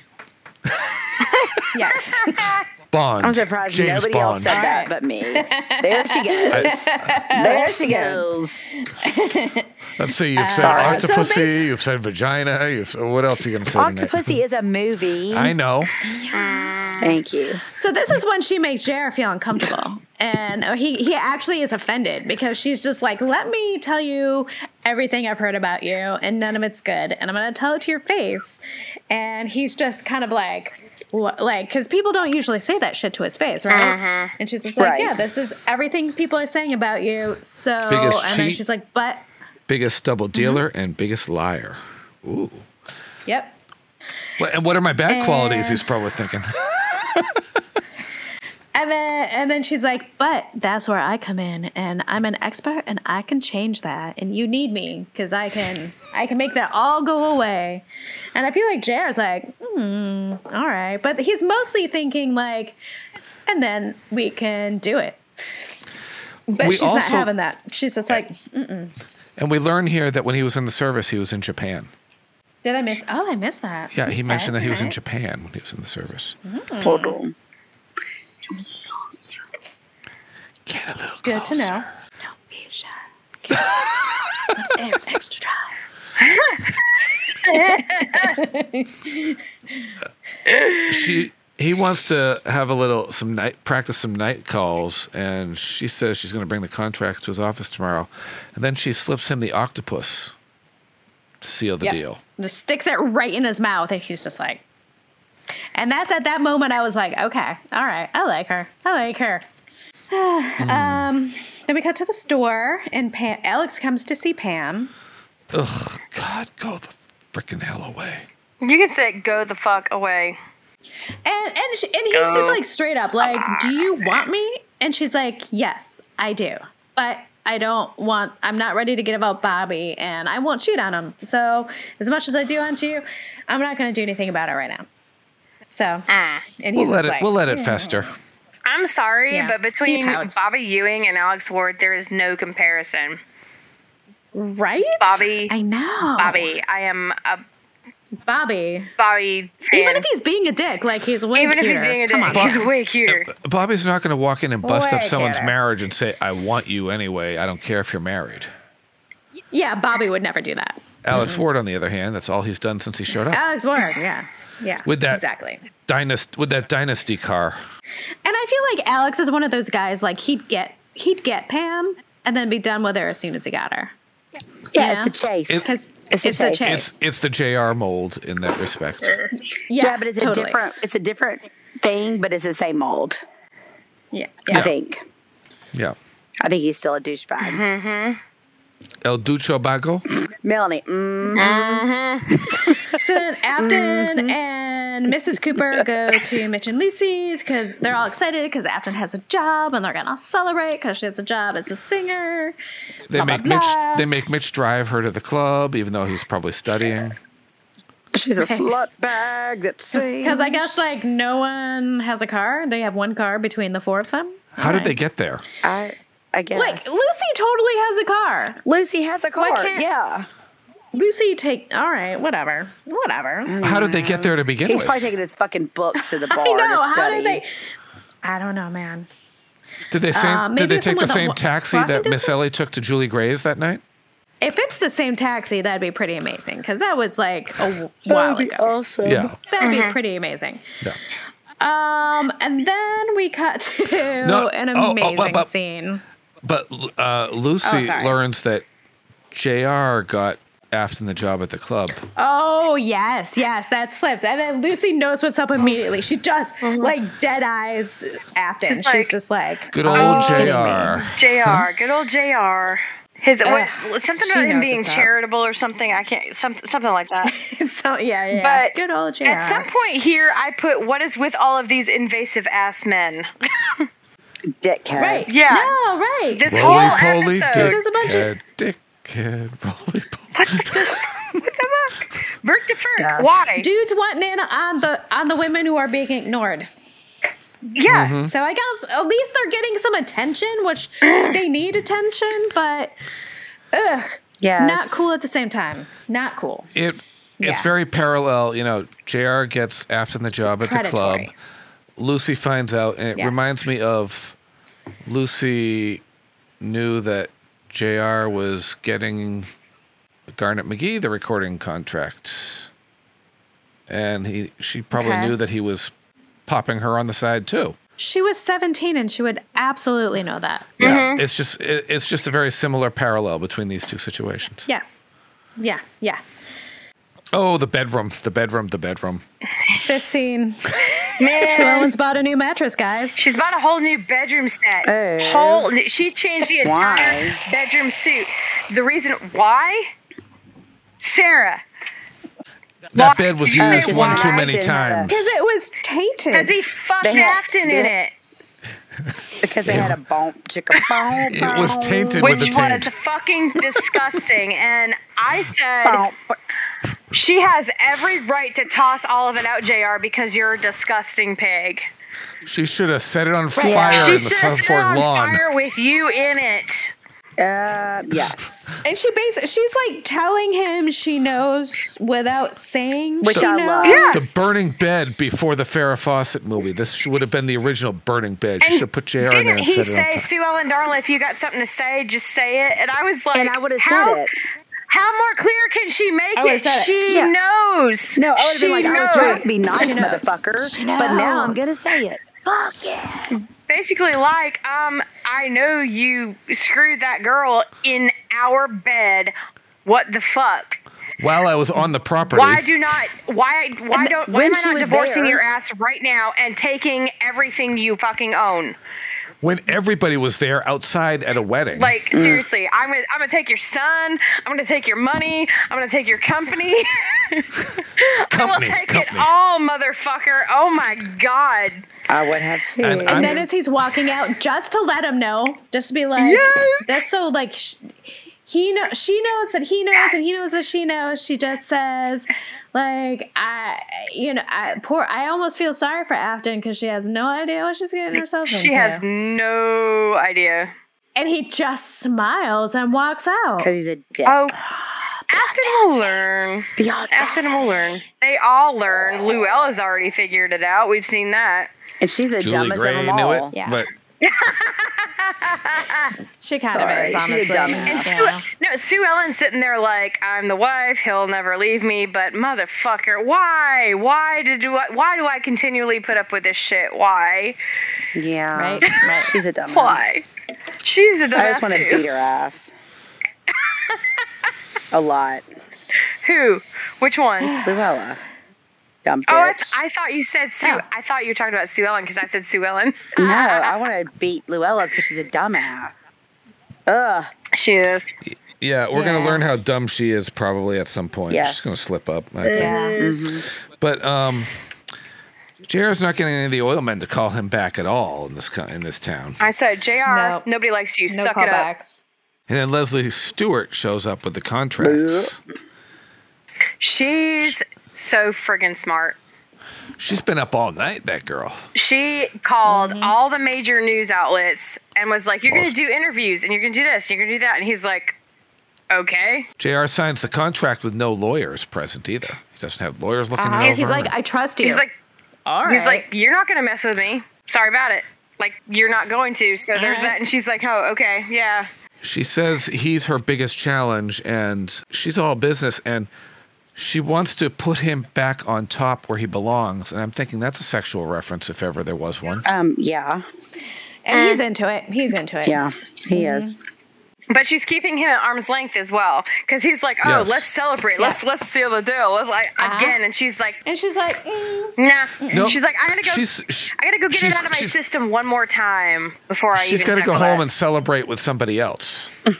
yes.
Bond.
I'm surprised
James
nobody
Bond.
else said that but me. There she goes. there she goes.
Let's see. You've said
sorry. So
octopus. octopussy. you've said vagina. You've said, what else are you going to say? tonight?
Octopussy is a movie.
I know.
Thank you.
So this is when she makes Jared feel uncomfortable, and uh, he he actually is offended because she's just like, "Let me tell you everything I've heard about you, and none of it's good, and I'm gonna tell it to your face." And he's just kind of like, wh- like, because people don't usually say that shit to his face, right? And she's just like,
Right.
"Yeah, this is everything people are saying about you." So,
Biggest
and then
cheat.
she's like, "But,
Biggest double dealer and biggest liar. Ooh.
yep."
Well, and what are my bad qualities?
And-
He's probably thinking.
And then, and then she's like, "But that's where I come in, and I'm an expert, and I can change that. And you need me because I can, I can make that all go away." And I feel like Jared's like, "Hmm, all right," but he's mostly thinking like, "And then we can do it." But
We
she's
also- Uh,
not having that. She's just like, Mm-mm.
and we learn here that when he was in the service, he was in Japan.
"Did I miss? Oh, I missed that."
Yeah, he mentioned that he was in
Alright. Mm.
Japan when he was in the service.
Total.
Get a little
Good to know. Don't be shy. They're extra dry.
she he wants to have a little some night practice some night calls and she says she's going to bring the contracts to his office tomorrow and then she slips him the octopus to seal the
Yep.
deal
Just sticks it right in his mouth, and he's just like. And that's at that moment I was like, okay, all right, I like her. I like her. um, then we cut to the store, and Pam, Alex comes to see Pam.
ugh god go the freaking hell away
You can say go the fuck away.
And and, she, and he's just like straight up like, "Do you want me?" And she's like, "Yes, I do, but I don't want. I'm not ready to get about Bobby, and I won't cheat on him. So as much as I do on you, I'm not going to do anything about it right now." So, and he's
we'll let
just
it
like,
we'll let it
"Yeah."
fester
I'm sorry,
Yeah.
but between
He pouts.
Bobby Ewing and Alex Ward, there is no comparison.
Right?
Bobby.
I know.
Bobby,
Oh.
I am a
Bobby.
Bobby fan.
Even if he's being a dick, like he's way
Even if he's
cuter.
being a
Come
dick,
on.
he's way cuter.
bobby's not going to walk in and bust up
Way
someone's
cuter.
marriage and say i want you anyway i don't care if you're married
Yeah, Bobby would never do that.
alex
Mm-hmm.
ward on the other hand that's all he's done since he showed up
Alex Warren, yeah. Yeah.
With that-
Exactly.
Dynast- with that dynasty car
And I feel like Alex is one of those guys like he'd get he'd get Pam and then be done with her as soon as he got her.
Yeah,
Yeah.
it's a chase.
It-
Because
It's
it's,
a
the
chase.
chase.
it's it's the jr mold in that respect
yeah,
but it's a
totally.
different. It's a different
thing, but it's the same mold.
Yeah.
I think.
Yeah.
I think he's still a douchebag. Mm-hmm.
El Ducho Bago.
Melanie. Mm.
So then Afton
Mm-hmm.
and Mrs. Cooper go to Mitch and Lucy's because they're all excited because Afton has a job and they're gonna celebrate because she has a job as a singer.
They
Blah,
make
blah, blah.
Mitch. They make Mitch drive her to the club, even though he's probably studying.
She's a slut bag that
Because I guess like no one has a car. They have one car between the four of them.
How did they get there?
I I guess.
Like Lucy totally has a car.
Lucy has a car. Yeah.
Lucy take all right, whatever. Whatever.
How did they get there to begin
He's
with?
probably taking his fucking books to the bar
I know.
to
How
study.
did they I don't know, man.
did they same,
Uh,
Did
maybe
they
it's
take the
someone that
same
wa-
taxi
walking
that Miss Ellie took to Julie Gray's that night?
If it's the same taxi, that'd be pretty amazing because that was like a w- while ago.
Awesome.
Yeah.
That'd
Mhm.
be pretty amazing.
Yeah.
Um, and then we cut to
No,
an
oh, oh,
amazing
oh, oh.
scene.
But uh,
Oh,
Lucy
sorry.
learns that Jr. got Afton the job at the club.
Oh yes, yes, that slips. And then Lucy knows what's up immediately. She just like dead eyes Afton. Uh-huh. She's,
She's like-
just like
Good old
"Oh,
Jr.
Jr. Good old Jr. His what,
Ugh,
something
she
about him
knows
being
what's up.
charitable or something. I can't something something like that.
so yeah, yeah.
But
good old Jr.
At some point here, I put what is with all of these invasive ass men.
Dickhead.
right?
Yeah.
no, right.
This
Roly
whole
poly
episode. There's a bunch
dickhead, dickhead, roly poly.
Vert to Ferk.
Yes.
Why?
dudes wanting in on the on the women who are being ignored.
yeah.
Mm-hmm. Hmm?
So I guess at least they're getting some attention, which they need attention, but ugh,
Yes.
not cool at the same time. Not cool.
It it's
Yeah.
very parallel. You know, Jr. gets Afton the job at the club.
predatory.
Lucy finds out, and it
Yes.
reminds me of Lucy knew that Jr. was getting Garnet McGee the recording contract, and he she probably
Okay.
knew that he was popping her on the side too.
She was 17 and she would absolutely know that.
Yeah, it's just it, it's just a very similar parallel between these two situations.
Yes. Yeah, yeah.
Oh, the bedroom, the bedroom, the bedroom.
This scene. Sue Ellen's bought a new mattress, guys.
She's bought a whole new bedroom set.
Oh.
Whole. new- She changed the entire
Why?
bedroom suit. The reason why? Sarah.
That bed was
Did you say
used one
why?
too
I
many
didn't know that.
times.
Because it was
Because
tainted.
he fucked
They had-
Afton in
they-
it.
Because they had a bump, chicka bump.
It was tainted with a
Which was
taint.
fucking disgusting. And I said,
bump.
she has every right to toss all of it out, JR, because you're a disgusting pig.
She should have set it on fire in
she
the
should have
South
set it
Fork
on
lawn.
fire with you in it.
Uh, yes.
And she basically, she's like telling him she knows without saying
Which
she
I
knows.
love.
The
Yes.
burning bed before the Farrah Fawcett movie. This would have been the original burning bed. She
And
should have put JR in there
Didn't
and
he
set it on
say,
fire.
Sue Ellen Darla, if you got something to say, just say it? And I was like,
And I would have
how-
said it.
How more clear can she make
I would've
it?
said it.
She
Yeah.
knows.
No, I would have
she
been like, I was trying to be nice,
knows.
motherfucker. But now I'm going to say it. Fuck yeah.
basically like um i know you screwed that girl in our bed what the fuck
While I was on the property,
why do not why why
And
don't why
when
am i
she
not
was
divorcing
there-
your ass right now and taking everything you fucking own
when everybody was there outside at a wedding,
like
Mm.
seriously i'm gonna i'm gonna take your son i'm gonna take your money i'm gonna take your company i will
Company,
take it
company.
all motherfucker oh my god
I would have too.
And
And
I'm-
then as he's walking out, just to let him know, just to be like,
Yes.
that's so like, sh- he know she knows that he knows and he knows that she knows. She just says, like, I, you know, I poor, I almost feel sorry for Afton because she has no idea what she's getting herself
she
into.
has no idea
and he just smiles and walks out.
Because he's a dick.
oh afton will learn
the audacity.
Afton will learn. They all learn. Luella's already figured it out. We've seen that.
And she's the
Julie
dumbest
Gray
of them
knew
all.
it, but
She kind
Sorry,
of is
she's a
honestly.
dumbass.
And
Yeah.
Sue, no, Sue Ellen's sitting there like, "I'm the wife. He'll never leave me." But motherfucker, why? Why did you? Why do I continually put up with this shit? Why?
Yeah.
Right, right.
She's a dumbass.
Why? She's a
I just want
dumbass
to beat
too.
her ass. a lot.
Who? Which one?
Luella.
Dumb bitch.
Oh, I, th- I thought you said Sue. I thought you were talking about Sue Ellen because I said Sue Ellen.
no, I want to beat Luella because she's a dumbass. Ugh.
She is.
Yeah, we're gonna
Yeah.
learn how dumb she is probably at some point.
Yes.
She's gonna slip up. I think.
Yeah.
But um, JR's not getting any of the oil men to call him back at all in this co- in this town.
I said, JR,
No.
nobody likes you.
No
Suck it up.
callbacks.
And then Leslie Stewart shows up with the contracts.
She's so friggin' smart.
She's been up all night, that girl.
She called
Mm-hmm.
all the major news outlets and was like, You're going to
Awesome.
do interviews and you're going to do this and you're going to do that. And he's like, Okay.
JR signs the contract with no lawyers present either. He doesn't have lawyers looking it over.
He's like, I trust you.
Uh, He's like,
all
He's
right.
like, You're not going to mess with me. Sorry about it. Like, you're not going to. So there's
Uh-huh.
that. And she's like, Oh, okay. Yeah.
She says he's her biggest challenge and she's all business and she wants to put him back on top where he belongs. And I'm thinking that's a sexual reference if ever there was one.
Um, yeah.
and he's into it. He's into it.
Yeah, he is.
But she's keeping him at arm's length as well, because he's like, "Oh,
Yes.
let's celebrate. Let's let's seal the deal." Let's, like again, and she's like,
Uh-huh. And she's like, "Mm."
"Nah."
Nope.
She's like, "I gotta go.
She's- sh-
I gotta go get it
she's-
out of my
she's-
system one more time before I."
She's
got
got to go home and celebrate with somebody else.
She's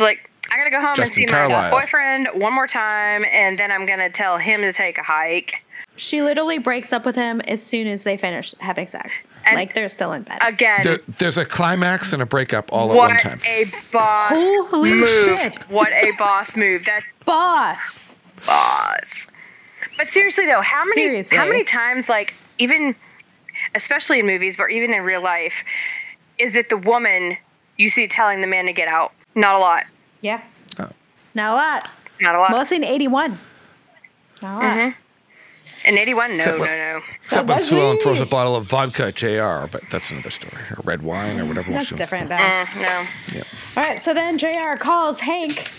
like, "I gotta go home
Justin
and see
Carlisle.
my boyfriend one more time, and then I'm gonna tell him to take a hike."
She literally breaks up with him as soon as they finish having sex.
And-
like they're still in bed.
Again,
There, there's a climax and a breakup all at one
what
time.
a boss
Holy
move!
shit.
What a boss move! That's
Boss.
boss. But seriously though, how many
Seriously.
how many times like even especially in movies but even in real life is it the woman you see telling the man to get out? Not a lot.
Yeah. Not a lot.
Not a lot.
Mostly in 81. Not a lot.
in 81 no,
Except
no,
when-
no.
Except when Sue Ellen throws a
Leslie.
bottle of vodka at JR, but that's another story. Or red wine or whatever.
That's
she wants to
different,
do.
though.
Uh.
Mm, no.
All right, so then JR calls Hank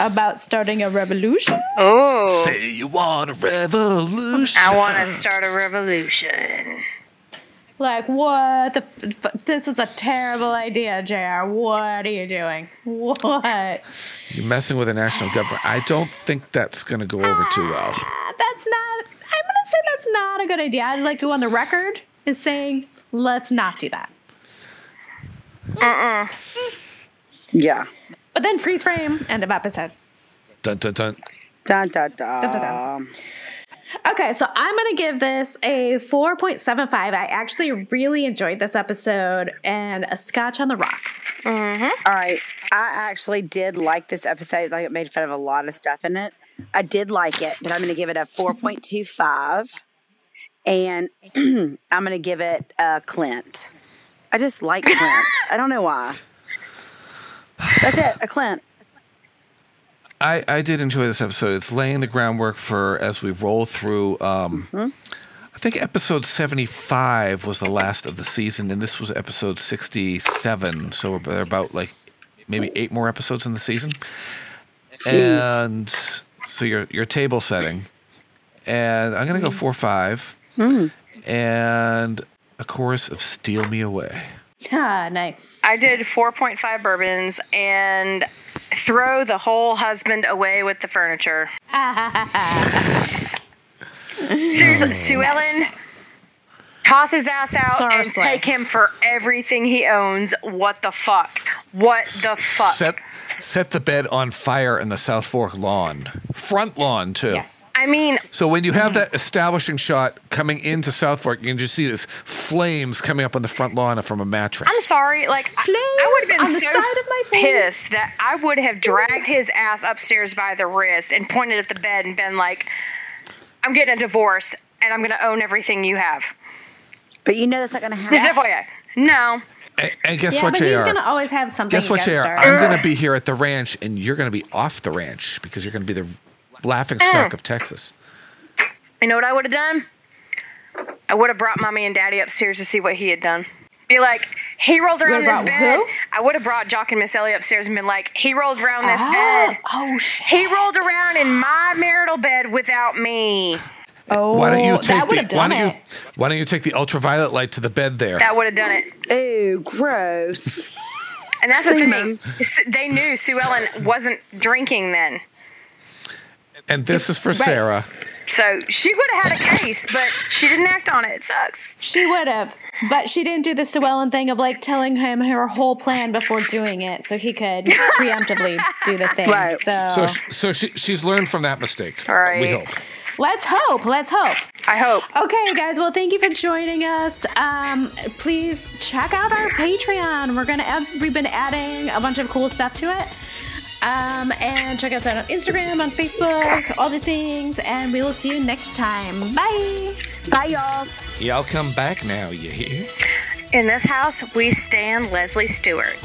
about starting a revolution.
Oh.
Say you want a revolution.
I want to start a revolution.
Like, what the? F- f- this is a terrible idea, JR. What are you doing? What?
You're messing with a national government. I don't think that's going to go over too well.
Ah, That's not. I'm gonna say that's not a good idea. I'd like to go on the record as saying, let's not do that.
Yeah.
But then freeze frame. End of episode.
Dun dun dun.
Dun, dun, dun.
Dun, dun, Okay, so I'm going to give this a 4.75. I actually really enjoyed this episode and a scotch on the rocks.
All right. I actually did like this episode. Like it made fun of a lot of stuff in it. I did like it, but I'm going to give it a 4.25. And I'm going to give it a Clint. I just like Clint. I don't know why. That's it. A Clint.
I, I did enjoy this episode. It's laying the groundwork for as we roll through. Um,
Mm-hmm.
I think episode 75 was the last of the season, and this was episode 67. So we're they're about like maybe eight more episodes in the season. And so your your table setting, and I'm
Mm.
gonna go four five, and a chorus of "Steal Me Away."
Ah, nice.
I did 4.5 bourbons and throw the whole husband away with the furniture. Seriously, Sue Ellen toss his ass out and
Seriously.
take him for everything he owns. What the fuck? What the fuck?
Set set the bed on fire in the South Fork lawn, front lawn too.
Yes.
I mean,
So when you have
Mm-hmm.
that establishing shot coming into South Fork, you can just see this flames coming up on the front lawn from a mattress.
I'm sorry. Like I, would have been
Flames on the
so
side of my face.
pissed that I would have dragged his ass upstairs by the wrist and pointed at the bed and been like, "I'm getting a divorce and I'm going to own everything you have."
But you know that's not going to
Is it
happen.
for you? No.
and, and guess
yeah,
what,
but
Jr.
he's going to always have something
guess what, Jr.
against her.
I'm going to be here at the ranch, and you're going to be off the ranch because you're going to be the laughing
Eh.
stock of Texas.
You know what I would have done? I would have brought mommy and daddy upstairs to see what he had done. Be like, he rolled around
would've
this
brought
bed.
who?
I would have brought Jock and Miss Ellie upstairs and been like, he rolled around this bed.
Oh, shit.
He rolled around in my marital bed without me.
Oh,
why don't you
that
take
would've
the why
done
don't
it.
you why don't you take the ultraviolet light to the bed there?
That would have done it.
Ooh, gross.
And that's the
Same,
thing. S- They knew Sue Ellen wasn't drinking then.
and this is for Sarah.
So she would have had a case, but she didn't act on it. It sucks.
She would have, but she didn't do the Suellen thing of like telling him her whole plan before doing it, so he could preemptively do the thing.
Right.
So,
Oh.
So, sh- so she, she's learned from that mistake. We
Right.
hope.
let's hope. Let's hope.
I hope.
Okay, guys. Well, thank you for joining us. Um, please check out our Patreon. We're gonna add, we've been adding a bunch of cool stuff to it. Um, and check us out on Instagram, on Facebook, all the things. And we will see you next time. Bye.
Bye, y'all.
Y'all come back now, you hear?
In this house, we stand Leslie Stewart.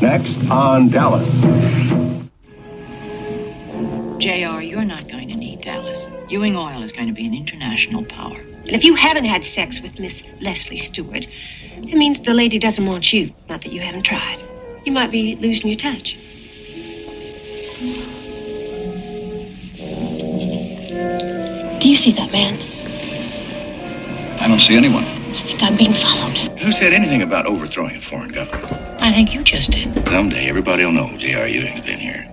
Next on Dallas.
JR, you're not going to need Dallas. Ewing Oil is going to be an international power. And if you haven't had sex with Miss Leslie Stewart, it means the lady doesn't want you. Not that you haven't tried. You might be losing your touch. Do you see that man?
I don't see anyone.
I think I'm being followed.
Who said anything about overthrowing a foreign government?
I think you just did.
Someday everybody will know J.R. Ewing's been here.